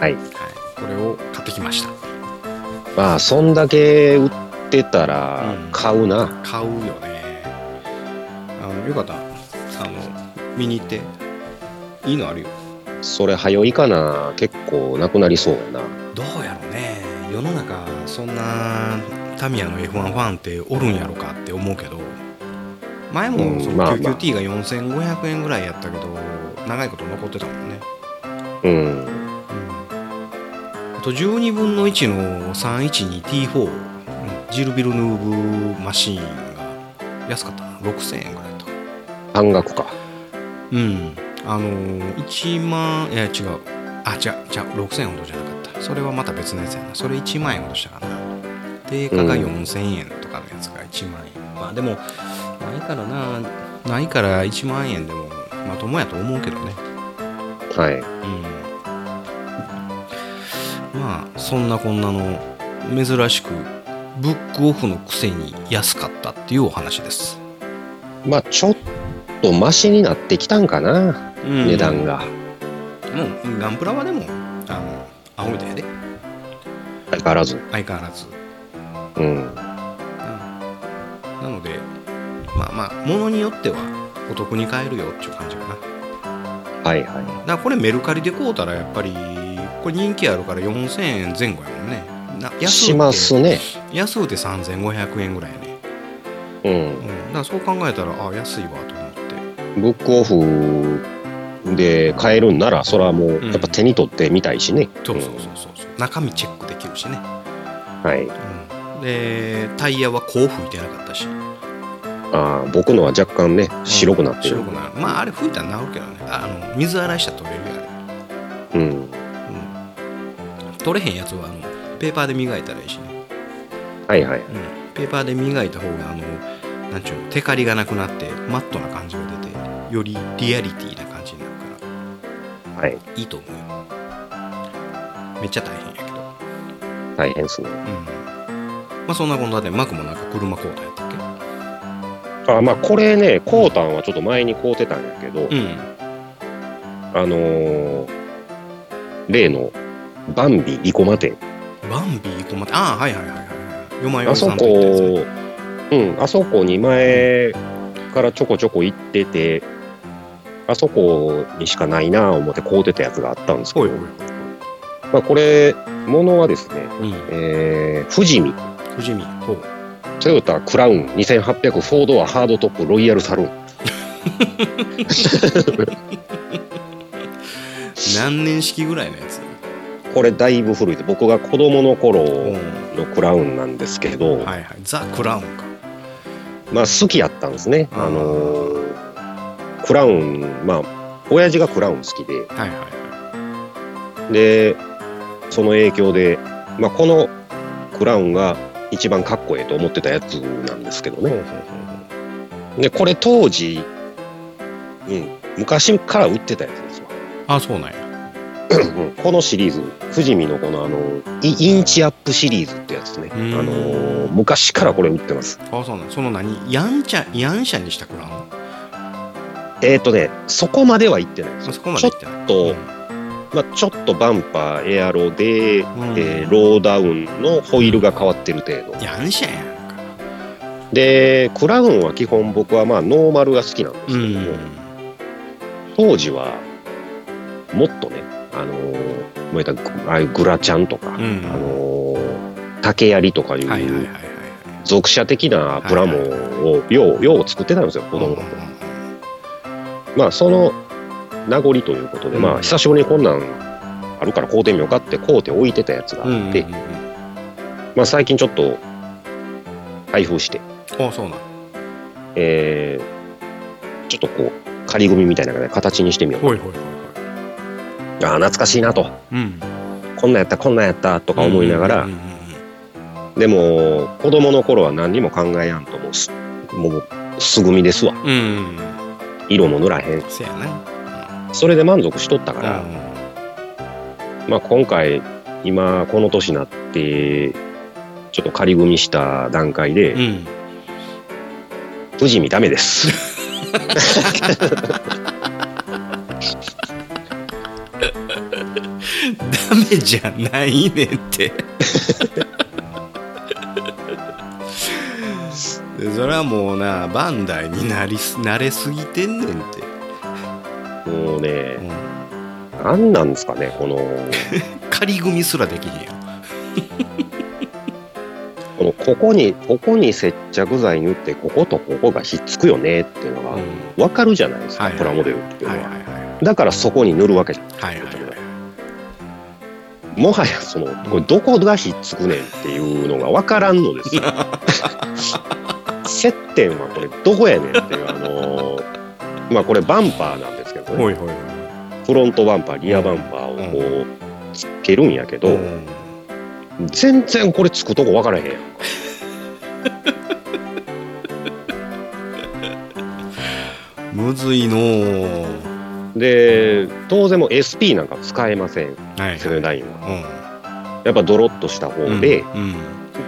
B: はい
A: はい、これを買ってきました
B: まあ、そんだけ売ってたら
A: うん
B: 買うな。
A: 買うよねあのよかったあの見に行っていいのあるよ
B: それ、早いかな。結構なくなりそうやな。
A: どうやろうね世の中そんなタミヤの F1 ファンっておるんやろかって思うけど前
B: う
A: も
B: ん
A: そ
B: ま
A: の
B: あまあ
A: QQT が4500円ぐらいやったけど長いこと残ってたもんね、
B: うん。
A: あと12分の1の 312T4 うんジルビルヌーブマシーンが安かったな6000円ぐらいだった
B: 半額か。
A: うんあのー1万いや違うあ違う違う6000円ほどじゃなかったそれはまた別のやつやなそれ1万円ほどしたかな定価が
B: うん
A: 4000円とかのやつが1万円、まあでもないからなないから1万円でもまともやと思うけどね
B: はい。
A: うんまあそんなこんなの珍しくブックオフのくせに安かったっていうお話です、
B: まあ、ちょっとマシになってきたんかな。
A: うん
B: 値段が。
A: もうガンプラはでもあの青みたいで
B: 相変わらず。
A: 相変わらず
B: うん。
A: なのでまあまあ物によってはお得に買えるよっていう感じかなだか
B: はいは
A: らこれメルカリで買うたらやっぱりこれ人気あるから4000円前後やもんね
B: い。
A: な
B: し
A: うて
B: ますね。
A: 安うて3500円ぐらいやね、
B: うん
A: う。ん、だからそう考えたらあ安いわと思って
B: ブックオフで買えるんなら、それはもう、やっぱ手に取ってみたいしね。
A: そうそうそうそうそう中身チェックできるしね、
B: はい。
A: うん、でタイヤはこう吹いてなかったし
B: ああ、僕のは若干ね、白くなってる。
A: 白くなるまああれ吹いたら治るけどねああの水洗いしたら取れるや
B: うん。
A: ん、うん、取れへんやつはあのペーパーで磨いたらいいしね、
B: はいはい。
A: うん、ペーパーで磨いた方があのなんちゅうのテカリがなくなってマットな感じが出てよりリアリティな感じになるから
B: はい。
A: いいと思うよめっちゃ大変やけど
B: 大変ですね。
A: うんまあそんなこんなでマクもなんか車交代やったっ
B: あまあ、これね、コータンはちょっと前に買うてたんやけど、
A: けうん
B: あのー例の、バンビ生駒店。
A: バンビーこまってああはいはいはいはいよまよ
B: あ
A: みさ
B: そ
A: んと行ったやつね
B: こ、うん、あそこに前からちょこちょこ行ってて、あそこにしかないなぁ思って買うてたやつがあったんですけ
A: おい
B: ど
A: おい、
B: まあ、これ、ものはですね、
A: おいうん
B: えー、富士見、
A: 藤見ほう
B: トヨタクラウン2800フォードアハードトップロイヤルサルーン。
A: 何年式ぐらいのやつ
B: これだいぶ古いです。僕が子供の
A: うん
B: 頃のクラウンなんですけど、
A: はいはいザ・クラウンか
B: まあ好きやったんですね。あのークラウン、まあ、親父がクラウン好きで、
A: はいはいは
B: で、その影響で、まあ、このクラウンが一番かっこええと思ってたやつなんですけどね。で、これ当時、うん、昔から売ってたやつですわ。
A: いあそうなんや
B: うんこのシリーズ、富士見のこのあの、イインチアップシリーズってやつね。あ
A: うん
B: のー、昔からこれ売ってます。
A: あそうなんその何ヤンチャヤンシャにしたクラウンあ
B: えっ、とね、そこまでは行ってないです。
A: そこまでいってない
B: ちょっと、まあ、ちょっとバンパー、エアロで、
A: うん
B: えーローダウンのホイールが変わってる程度。
A: ヤンシャやんか
B: でクラウンは基本僕はまあノーマルが好きなんですけ
A: う
B: ど
A: ん
B: も、当時はもっとねあのーもう言ったらああいうグラチャンとか、
A: うん
B: あのー竹槍とかい
A: はいはいはいはいう
B: 属者的なプラモをようよう作ってたんですよ子
A: うんう
B: 供
A: ん
B: の頃、まあその名残ということで、ま
A: うん
B: あ久しぶりにこんなんあるから買うてみようかって買うて置いてたやつが
A: うん
B: あって、まあ最近ちょっと開封して
A: あそうなん
B: えーちょっとこう、仮組みみたいなので形にしてみよう。
A: ほいほいほいほい
B: ああ、懐かしいなと。
A: うん
B: こんなんやった、こんなんやった、とか思いながら、
A: うんうんうん
B: でも、子供の頃は何にも考えやんと、もうす、もう、素組みですわ。
A: うんうん
B: 色も塗らへん。
A: せやな
B: それで満足しとったから、
A: うん
B: まあ今回、今、この年になって、ちょっと仮組みした段階で、
A: うん
B: 富士見ダメです。
A: ダメじゃないねんっ てでそれはもうなバンダイになりす慣れすぎてんねんって、
B: もう
A: う
B: ね、
A: ん、
B: 何なんですかね、この、
A: 仮組みすらできへんやん
B: このここに、ここに接着剤塗って、こことここがひっつくよねっていうの
A: うん
B: が、わかるじゃないですか、
A: はいはい
B: プラモデルっていう
A: は
B: の
A: い
B: は。
A: はいは
B: だからそこに塗るわけじゃん。
A: いはいはいはい
B: もはや、その、これどこがひっつくねんっていうのがわからんのですよ。接点はこれどこやねんっていう、あのーまあこれバンパーなんですけどね
A: ほ。いほいほ
B: フロントバンパー、リアバンパーをこう、つけるんやけど、
A: いうん
B: 全然これつくとこ分からへんやんか
A: むずいのー
B: で当然もう SP なんか使えません
A: はい
B: セブンラインは
A: う
B: やっぱドロッとした方
A: ん
B: で
A: うん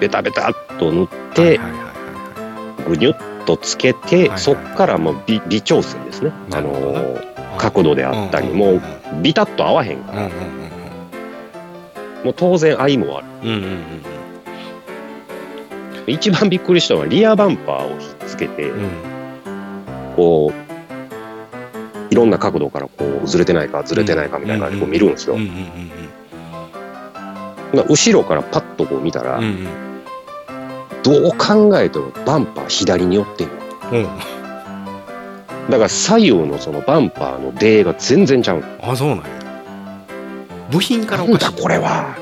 B: ベタベタっと塗っ
A: はい
B: て
A: はいはいは
B: ぐにゅっとつけ
A: いは
B: て
A: い
B: そっからもう微微調整ですね
A: な
B: あ
A: るほど
B: の
A: い
B: 角度であったりも
A: うん
B: うビタッと合わへんか
A: うん
B: らもう当然合いもあ
A: うん
B: る
A: うんうんうんうん
B: 一番びっくりしたのはリアバンパーをひっつけて
A: うんうん
B: こういろんな角度からこうずれてないかずれてないかみたいな感じでこう見るんですよ
A: うんうんう
B: まあ後ろからパッとこう見たら
A: んうんうん
B: どう考えてもバンパー左に寄ってんの
A: うんうん
B: だから左右のそのバンパーの出が全然ちゃうの
A: あそうなんや部品から
B: な
A: お
B: ん
A: かしい
B: だこれは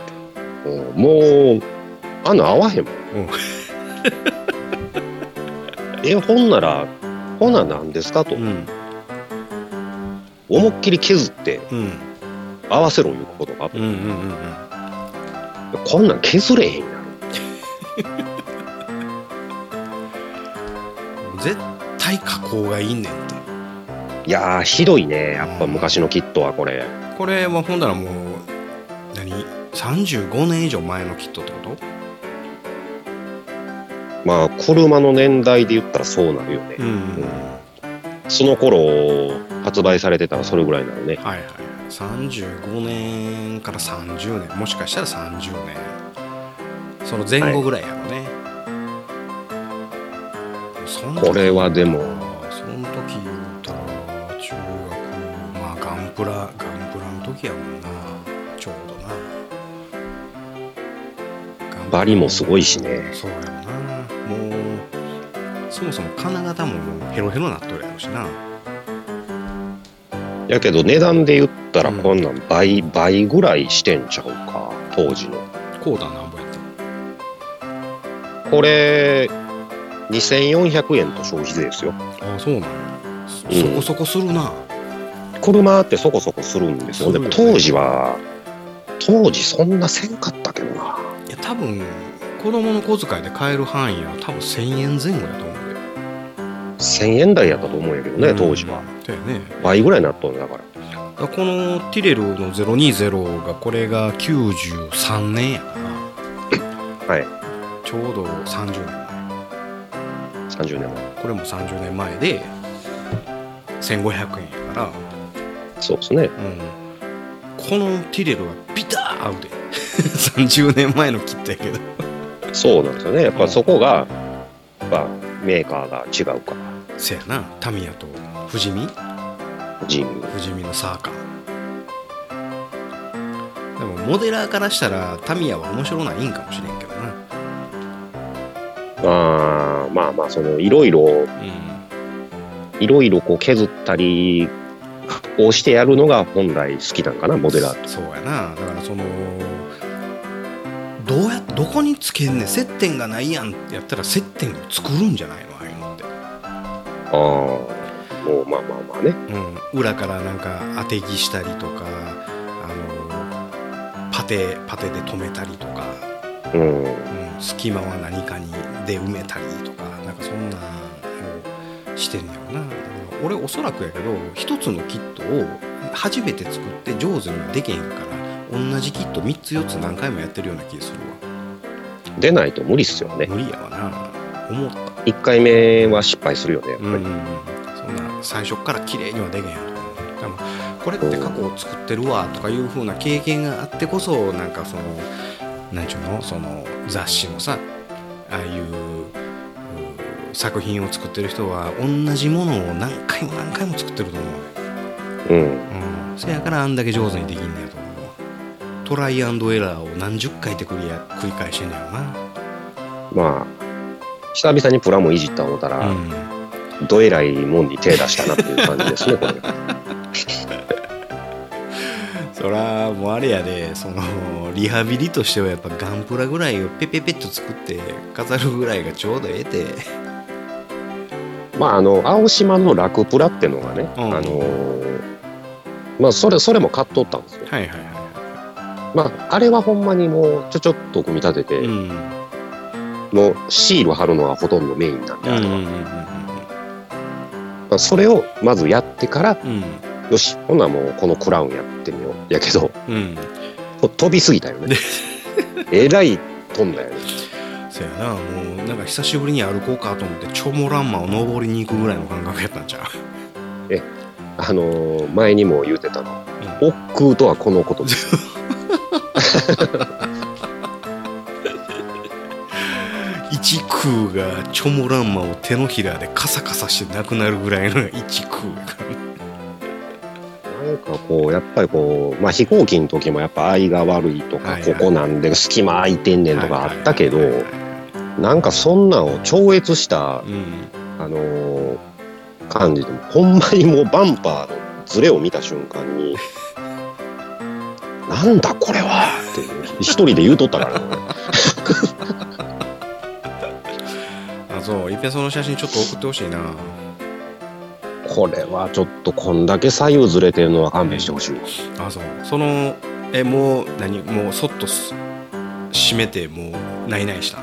B: うんもうあんなん合わへんもん、
A: うん
B: えほんならほななんですかと、
A: うん
B: 思いっきり削って
A: うん
B: 合わせろいうことが
A: うんうんうんうん
B: こんなん削れへんやろ
A: 絶対加工がいいねんって
B: いやーひどいねやっぱ昔のキットはこれ
A: これはほんだらもう何35年以上前のキットってこ
B: まあ車の年代で言ったらそうなるよね
A: と、うん
B: うんその頃発売されてたらそれぐらいなのね
A: はいはいはい35年から30年もしかしたら30年その前後ぐらいやろね、そん時
B: これはでも
A: その時言うたら中学まあガンプラガンプラの時やもんなちょうどなガンプラ
B: バリもすごいしね
A: そうやろなもうそもそも金型ももうヘロヘロなっとるやろしな
B: やけど値段で言ったら
A: うん
B: こんなん倍、倍ぐらいしてんちゃうか当時の
A: こうだなんぼやったの
B: これ2400円と消費税ですよ
A: ああそうなんや、そそ
B: うん
A: こそこするな
B: 車ってそこそこするんですよ
A: す
B: で
A: るよ
B: も
A: ね
B: 当時は当時そんなせんかったけどない
A: や多分子供の小遣いで買える範囲は多分1000円前後やと思うよ
B: 1000円台やったと思うんやけどね当時は
A: だよね
B: 倍ぐらいになっとるんだから
A: だからこのティレルの020がこれが93年やから
B: はい
A: ちょうど30年前
B: 30年前
A: これも30年前で1500円やから
B: そうですね
A: うんこのティレルはビター合うで 30年前の切ったやけど
B: そうなんですよねやっぱそこがやっぱメーカーが違うか
A: せやなタミヤと富士見
B: らジム
A: 不死身のサーカーでもモデラーからしたらタミヤは面白ないんかもしれんけどな
B: あーまあまあそのいろいろ
A: う
B: いろいろこう削ったり加工してやるのが本来好きなんかなモデラー
A: そうやなだからそのどうやどこにつけんねん接点がないやんってやったら接点を作るんじゃないのああいうのって、
B: ああもうまあまあまあね
A: うん、裏からなんか当て着したりとかあのパテパテで止めたりとか、
B: うん
A: うん、隙間は何かにで埋めたりとかなんかそんなんをしてんだよなだから俺おそらくやけど一つのキットを初めて作って上手にはできへんから同じキット3つ4つ何回もやってるような気がするわ
B: 出ないと無理っすよね。
A: 無理やわな思った
B: 1回目は失敗するよね、やっぱ
A: う
B: り。
A: んうんうんそんな最初から綺麗にはできへんやろでもこれって過去を作ってるわとかいう風な経験があってこそなんかその何ちゅうのその雑誌のさああいううん作品を作ってる人は同じものを何回も何回も作ってると思うね、
B: うん。
A: うん、せやからあんだけ上手にできんねやと思うわトライアンドエラーを何十回って繰りや繰り返してんだよな
B: まあ、久々にプラモいじった思ったら、
A: うん
B: どえらいもんに手出したなっていう感じで すね、これ。
A: そらもうあれやでそのリハビリとしてはやっぱガンプラぐらいをペペペッと作って飾るぐらいがちょうどええて
B: まあ、あの、青島のラクプラってのがね、
A: ん
B: あのーまあ、それ、それも買っとったんですよ。
A: はいはいは
B: まあ、あれはほんまにもう、ちょちょっと組み立てて、
A: うん
B: もう、シール貼るのがほとんどメインなんで、
A: うん
B: あ
A: う
B: と
A: ん
B: は
A: うん
B: まあ、それをまずやってから、
A: うん
B: よし、ほんならもう、このクラウンやってみよう。やけど、
A: うん
B: と飛びすぎたよ ね。えらい飛んだよね。
A: そやなもうなんか久しぶりに歩こうかと思ってチョモランマを登りに行くぐらいの感覚やったん ちゃ
B: あのー前にも言うてたの、
A: う、
B: おっくうとはこのことです。
A: 一空がチョモランマを手のひらでカサカサしてなくなるぐらい の一空やからね
B: なんかこう、やっぱりこう、まあ飛行機の時もやっぱ愛が悪いとか、
A: はいはい
B: ここなんで隙間空いてんねんとかあったけど
A: はい、はいはい
B: なんかそんなんを超越した、あ
A: うん
B: のー感じで、ほんまにもうバンパーのズレを見た瞬間に、なんだこれはっていう、一人で言うとったからね。
A: あそういっぺんその写真ちょっと送ってほしいな
B: これはちょっとこんだけ左右ずれてるのは勘弁してほしい。
A: あそうそのえもう何もうそっとす閉めてもうないないしたん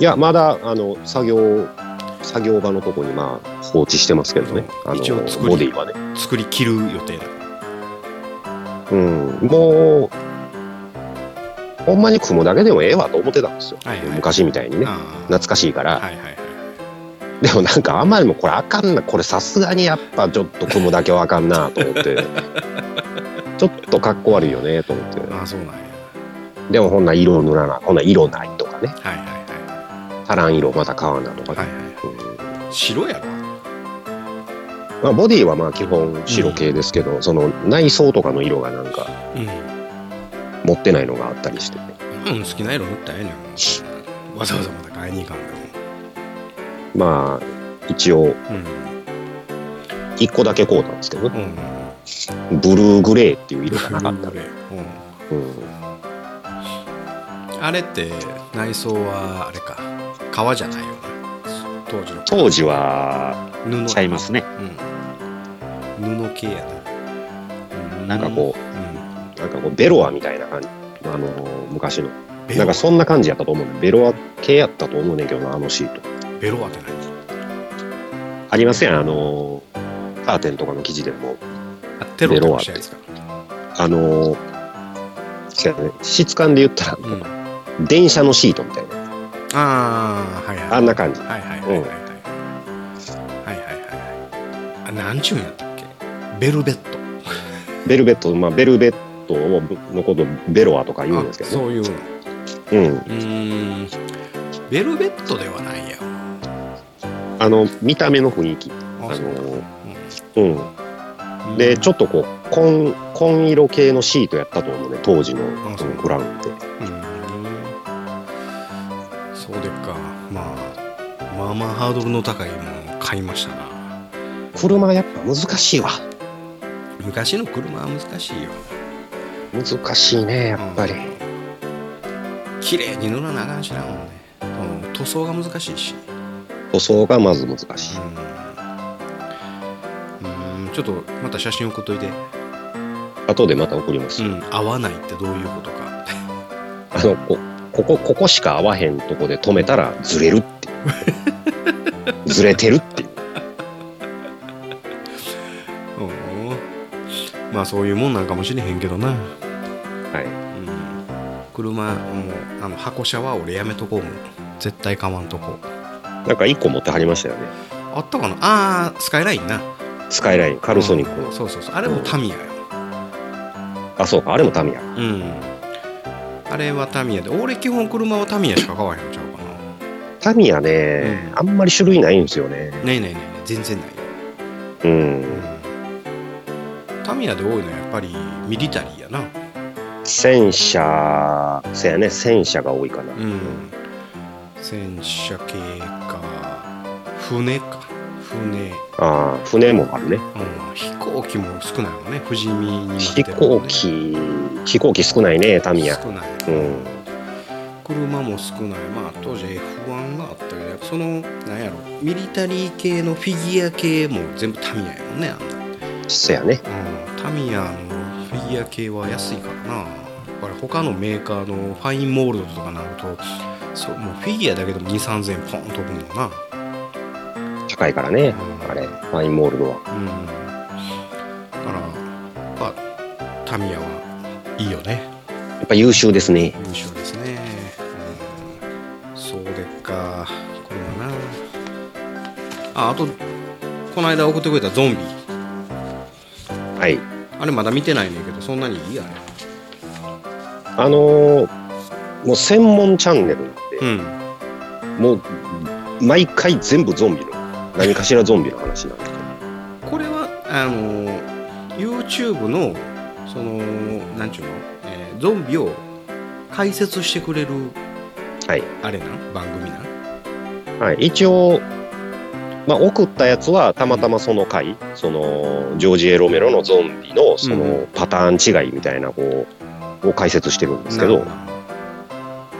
B: いや、まだ、あの、作業、作業場のとこに、まあ、放置してますけどね。あの、
A: 一応作り
B: ボディはね。
A: 作り切る予定だ
B: うん。もう、ほんまに組むだけでもええわと思ってたんですよ。
A: はいはい
B: 昔みたいにね。
A: あー
B: 懐かしいから。
A: はいはいはい
B: でもなんか、あんまりもこれあかんな。これさすがにやっぱちょっと組むだけはあかんなと思って。ちょっとかっこ悪いよね、と思って。
A: あそうなんや
B: でも、ほんな色塗らな、こんな色ないとかね。
A: はいは
B: 足らん色また買わなとか
A: いはい
B: ね。
A: はいは
B: う
A: い
B: ん
A: 白やろ
B: まあ、ボディはまあ基本白系ですけど、その内装とかの色がなんか
A: う
B: 持ってないのがあったりして、
A: ん、うん、好きな色塗ったらええねんわざわざまた買いに行かんでも
B: まあ一応
A: うん
B: 一個だけこうなんですけどね、
A: うん
B: ブルーグレーっていう色がなかった
A: ブ
B: ね、
A: ルーグレー
B: うん、
A: うんあれって内装はあれか革じゃないよな当時の
B: 当時は
A: 布やな
B: ちゃいますね
A: うん、布系やな、う
B: なんかこ
A: う、う
B: うなんかこうベロアみたいな感じあのー昔の
A: ベロ
B: なんかそんな感じやったと思うねベロア系やったと思うねんけどなあのシート
A: ん、ベロアって何
B: ありませんあのーカーテンとかの生地でも
A: あテロテロしたやつか、
B: あのーそうやね質感で言ったら、
A: うん、あ
B: 電車のシートみたいな
A: あーはいはい
B: あんな感じ
A: はいはいはいはいはいはいはいはいはいあなんちゅうんやったっけベルベット
B: ベルベット、まあ、ベルベットをぶのことベロアとか言うんですけ
A: あ
B: ど、
A: そういうのう
B: うん、
A: ーんベルベットではないや
B: あの見た目の雰囲気、
A: あ
B: あの
A: う
B: うんん、でちょっとこう紺紺色系のシートやったと思うね当時の
A: あ
B: そ
A: そう
B: のクラウンって
A: うんそうでっかまあまあまあハードルの高いものを買いましたな
B: 車やっぱ難しいわ
A: 昔の車は難しいよ
B: 難しいねやっぱり、
A: うん綺麗に塗らなあかんしなもんね、うん、塗装が難しいし
B: 塗装がまず難しい
A: うん、うん、ちょっとまた写真送っといて、
B: 後でまた送ります、
A: うん、合わないってどういうことか
B: あのこここここしか合わへんとこで止めたらずれるっていう ずれてるっていう
A: うんまあそういうもんなんかもしれへんけどな、
B: は
A: うん、車もうあの箱車は俺やめとこうもん絶対かまんとこ
B: い。なんか一個持ってはりましたよね。
A: あったかなあースカイラインな
B: スカイライン、カルソニックの。
A: そうそうそうあれもタミヤよ
B: あ、そうか、あれもタミヤ。
A: うんあれはタミヤで俺基本車はタミヤしか買わへんのちゃうかな
B: タミヤね、
A: うん
B: あんまり種類ないんですよね。
A: ないないないない全然ないよ、
B: うん。
A: タミヤで多いのはやっぱりミリタリーやな
B: 戦車、そうやね、戦車が多いかな。
A: うん戦車系か船か船、うん、
B: ああ、船もあるね。
A: 飛行機も少ないわね富士見になって
B: 飛
A: るもんね
B: 行機、飛行機少ないね、タミヤ。
A: 少ない、
B: うん
A: 車も少ないまあ当時 F1 があったけどそのなんやろミリタリー系のフィギュア系も全部タミヤやもんねあんな
B: そうやね。
A: うんタミヤのフィギュア系は安いからなこれ他のメーカーのファインモールドとかになるとそうもうフィギュアだけでも2 3千0 0ポン飛ぶのか
B: 高いからね、
A: うん
B: あれ、ファインモールドは。
A: なうんだからやっぱタミヤはいいよね
B: やっぱ優秀ですね。
A: 印象ですね、うん、そうでっかこれはなああとこの間送ってくれたゾンビ
B: はい。
A: あれまだ見てないねんけどそんなにいいやね
B: あのーもう専門チャンネルなんで、
A: うん
B: もう、毎回全部ゾンビの、何かしらゾンビの話なんですけど
A: これはあの YouTube のそのなんちゅうの、えーゾンビを解説してくれる
B: はい。
A: あれなん番組なん
B: はい、一応、まあ、送ったやつはたまたまその回そのジョージ・エロメロのゾンビのそ
A: うん
B: のパターン違いみたいなこうを解説してるんですけど
A: なるほど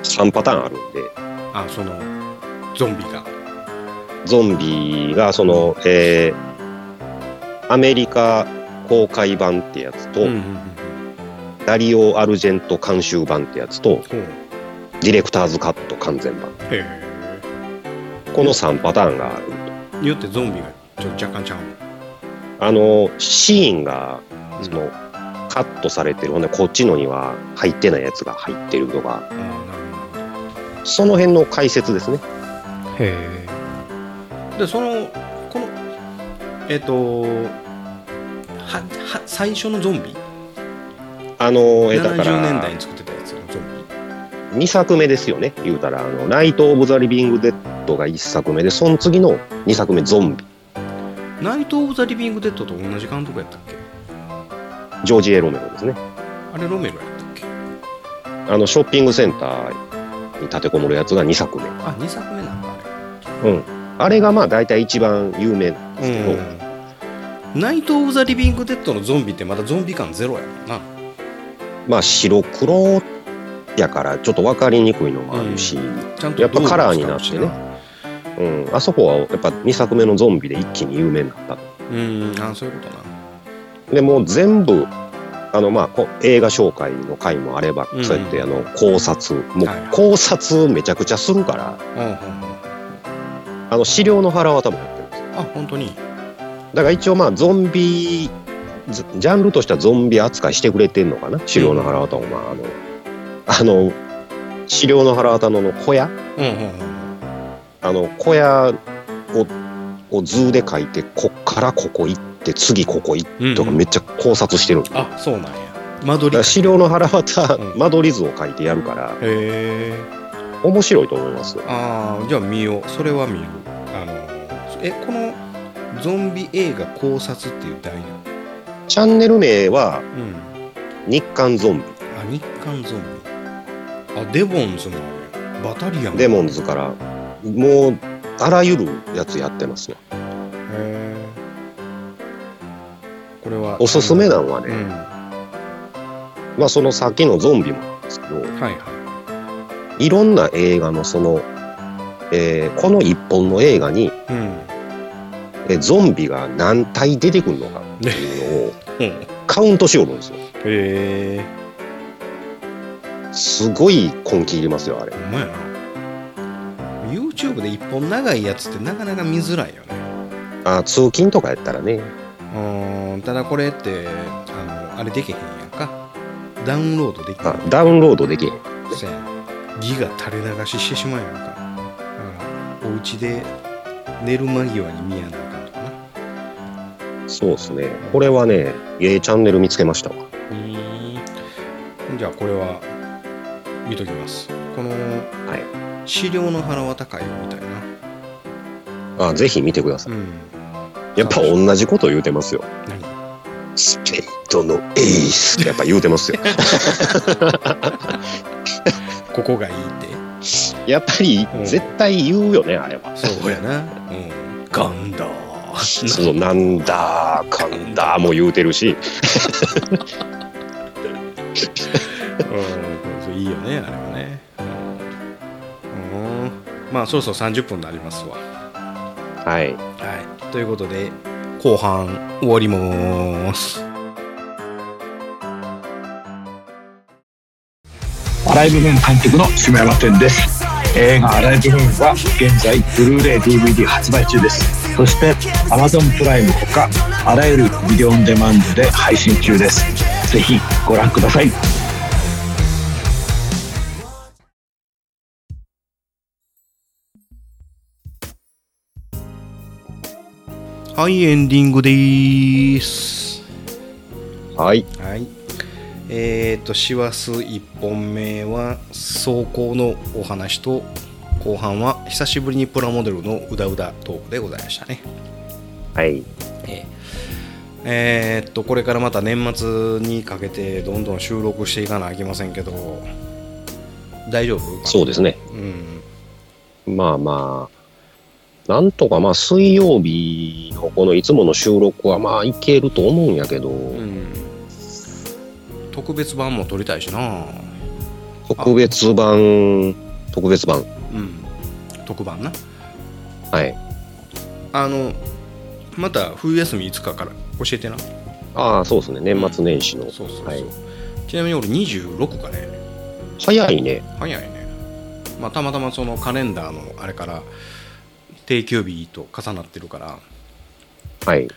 B: 3パターンあるんで
A: あそのゾンビが
B: ゾンビがその、えーアメリカ公開版ってやつと、
A: うんうんうん
B: ダリオ・アルジェント監修版ってやつと
A: ほう
B: ディレクターズカット完全版
A: へえ
B: この3パターンがある
A: によってゾンビがちょっと若干ちゃうの
B: あのシーンが
A: うん
B: その、カットされてるほんでこっちのには入ってないやつが入ってるとか
A: ああなるほど
B: その辺の解説ですね。
A: へえでそのこのえっ、とはは最初のゾンビ
B: あの、えだか
A: 70年
B: ら
A: 代、に作ってたやつのゾンビ
B: 2作目ですよね。言うたら、あの、ナイト・オブ・ザ・リビング・デッドが1作目で、その次の2作目、ゾンビ。
A: ナイト・オブ・ザ・リビング・デッドと同じ監督やったっけ
B: ジョージ・エロメロですね。
A: あれロメロやったっけ
B: あの、ショッピングセンターに立てこもるやつが2作目。
A: あ二2作目なんだあ
B: あれがまあ、大体一番有名なんです
A: れ
B: けど、
A: ナイト・オブ・ザ・リビング・デッドのゾンビってまだゾンビ感ゼロやもんな
B: まあ、白黒やから、ちょっと分かりにくいのもあるし、うん、
A: ちゃんと
B: やっぱカラーになって
A: 道
B: ね
A: 具を使うし
B: あそこはやっぱ2作目のゾンビで一気に有名になった。
A: うんあそういうことな
B: でもう全部あのまあこ映画紹介の回もあれば、
A: うん
B: そうやってあの考察もう
A: はいはい
B: 考察めちゃくちゃするから
A: うんうんうん
B: あの資料の腹は多分やってるんですよ
A: あ本当に
B: だから一応まあゾンビずジャンルとしてはゾンビ扱いしてくれてんのかな資料の腹渡もまああのあの資料の腹渡のの小屋
A: うんうんうん
B: あの小屋をを図で書いてこっからここ行って次ここ行って
A: うん
B: とかめっちゃ考察してるんですよ
A: あそうなんや間
B: だ
A: 取
B: か
A: り
B: ら資料の腹渡
A: うん
B: 間取り図を書いてやるか
A: へ
B: ら
A: え
B: 面白いと思いますよ
A: ああじゃあ見ようそれは見るあのえこの「ゾンビ映画考察」っていう題なの
B: チャンネル名は
A: うん
B: 日刊ゾンビ
A: あ日韓ゾンビあデボンズもあるやんバタリアン
B: デ
A: も
B: モンズからもうあらゆるやつやってますよ
A: へえこれは
B: おすすめなんは
A: う
B: ね、
A: んは
B: まあそのさっきのゾンビもなんですけど
A: いはい
B: ろんな映画のその、えーこの一本の映画に、
A: いうん
B: えーゾンビが何体出てくるのかっていうのを
A: うん
B: カウントしよるんですよ
A: へえ
B: すごい根気いりますよあれ
A: ほんまやな YouTube で一本長いやつってなかなか見づらいよね
B: あー通勤とかやったらね
A: うーんただこれってああれでけへんやんかダウンロードできへん
B: あ、ダウンロードできへん。
A: そやギガ垂れ流ししてしまえやんかだからお家で寝る間際に見やなあかんとかな
B: そうですね。これはね、ええチャンネル見つけましたわ。
A: うんじゃあこれは言うときますこの
B: は
A: 資料の腹は高いよみたいな、
B: い。あ、ぜひ見てください。
A: ん、
B: やっぱ同じこと言うてますよ。
A: 何
B: スペイドのエースってやっぱ言うてますよ。
A: ここがいいって
B: やっぱり絶対言うよね、あれは。
A: そうやな、うん、ガンダー
B: そのなんだかんだも言うてるし、
A: うん、そういいよねあれはねうん、うん、まあそろそろ30分になりますわ
B: は
A: は
B: い。
A: いということで後半終わりまーす
G: アライブフーン監督の下山天です映画「アライブフーン」は現在ブルーレイ DVD 発売中ですそして Amazon プライムほかあらゆるビデオオンデマンドで配信中ですぜひご覧ください
A: はいエンディングでーす
B: はい。
A: はいえっ、ー、と師走1本目は走行のお話と後半は久しぶりにプラモデルのうだうだトークでございましたね
B: はい。
A: えーえーっとこれからまた年末にかけてどんどん収録していかなあきませんけど大丈夫
B: そうですね。
A: うん
B: まあまあ、なんとかまあ水曜日のこのいつもの収録はまあいけると思うんやけど、
A: うん特別版も撮りたいしな
B: 特別版、特別版。
A: うん特番な
B: はい。
A: あのまた冬休みいつかから教えてな
B: ああ、そうですね。年末年始の。
A: そうそうそう、
B: はい
A: ちなみに俺26かね
B: 早いね。
A: 早いね、まあ、たまたまそのカレンダーのあれから定休日と重なってるから
B: はい。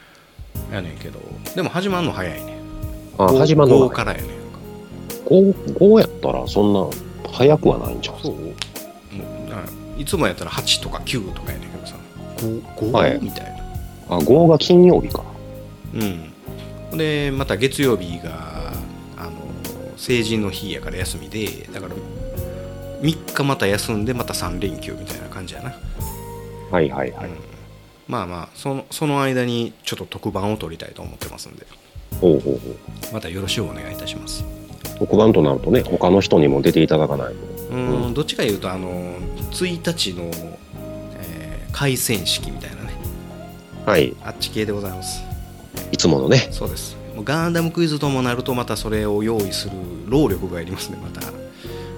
A: やねんけどでも始まるの早いね
B: あ
A: 午
B: 始まるの
A: 午後
B: が
A: からやねんか
B: 5、5やったらそんな早くはないんじゃん。
A: そうもうだからいつもやったら8とか9とかやねんけどさ 5,
B: はい
A: みたいな
B: あ、5が金曜日か。
A: うんほんでまた月曜日があの成人の日やから休みでだから3日また休んでまた3連休みたいな感じやな
B: はいはいはい。
A: うんまあまあそのその間にちょっと特番を取りたいと思ってますんで
B: ほうほうほう。
A: またよろしくお願いいたします
B: 特番となるとね、他の人にも出ていただかないと。
A: うんどっちか言うとあの1日の、えー、開戦式みたいなね
B: はい。
A: あっち系でございます
B: いつものね。
A: そうですもうガンダムクイズともなるとまたそれを用意する労力がいりますねまた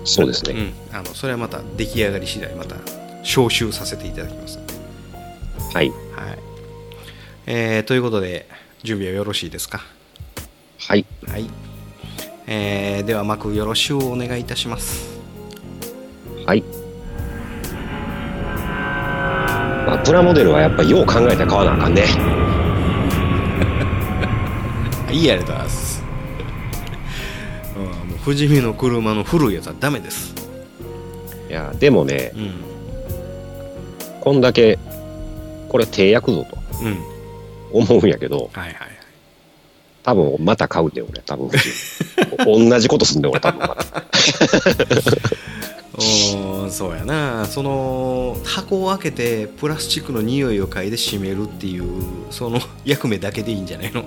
B: そうですね。
A: うん、あのそれはまた出来上がり次第また招集させていただきます
B: はい。
A: はい、えーということで準備はよろしいですか
B: はい。
A: はい、えーでは幕よろしゅうお願いいたします
B: はい。まあ、プラモデルはやっぱよう考えて買わなあかんね。
A: いいやりがとうございます、 うん、もう富士見の車の古いやつはダメです
B: いや、でもね、
A: うん
B: こんだけ、これ手焼くぞと
A: うん
B: 思うんやけど、
A: はいはいはい
B: 多分また買うで、俺。多分。同じことすんで、俺、多分また。
A: おーそうやなその箱を開けてプラスチックの匂いを嗅いで閉めるっていうその役目だけでいいんじゃないの、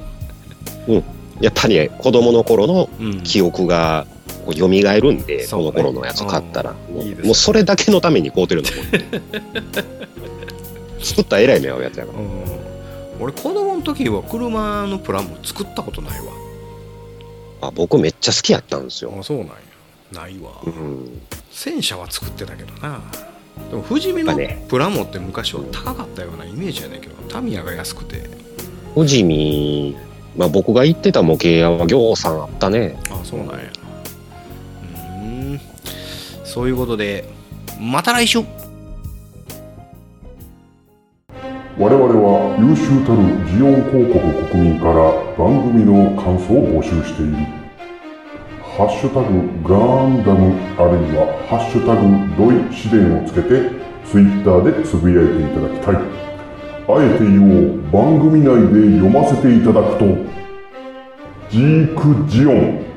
B: やっぱりね、子供の頃の
A: うん、
B: 記憶が、こう蘇るんで、
A: そ
B: こ
A: うね
B: の頃のやつ買ったら、
A: うん
B: もう
A: いいですね
B: もうそれだけのために買うてるんだもん。作ったらえらい目合うやつやから。
A: うん俺子供の時は車のプラモ作ったことないわ
B: あ僕めっちゃ好きやったんですよ。
A: そうなんやないわ、
B: うん。
A: 戦車は作ってたけどなでも富士見
B: や
A: の
B: っぱね
A: プラモって昔は高かったようなイメージやねんけどタミヤが安くて
B: 富士見、まあ僕が行ってた模型屋は行さんあったね。
A: あそうなんやうーんそういうことでまた来週
E: 我々は優秀たるジオン広告国民から番組の感想を募集しているハッシュタグガンダムあるいはハッシュタグドイ試練をつけてツイッターでつぶやいていただきたいあえて言おう番組内で読ませていただくとジークジオン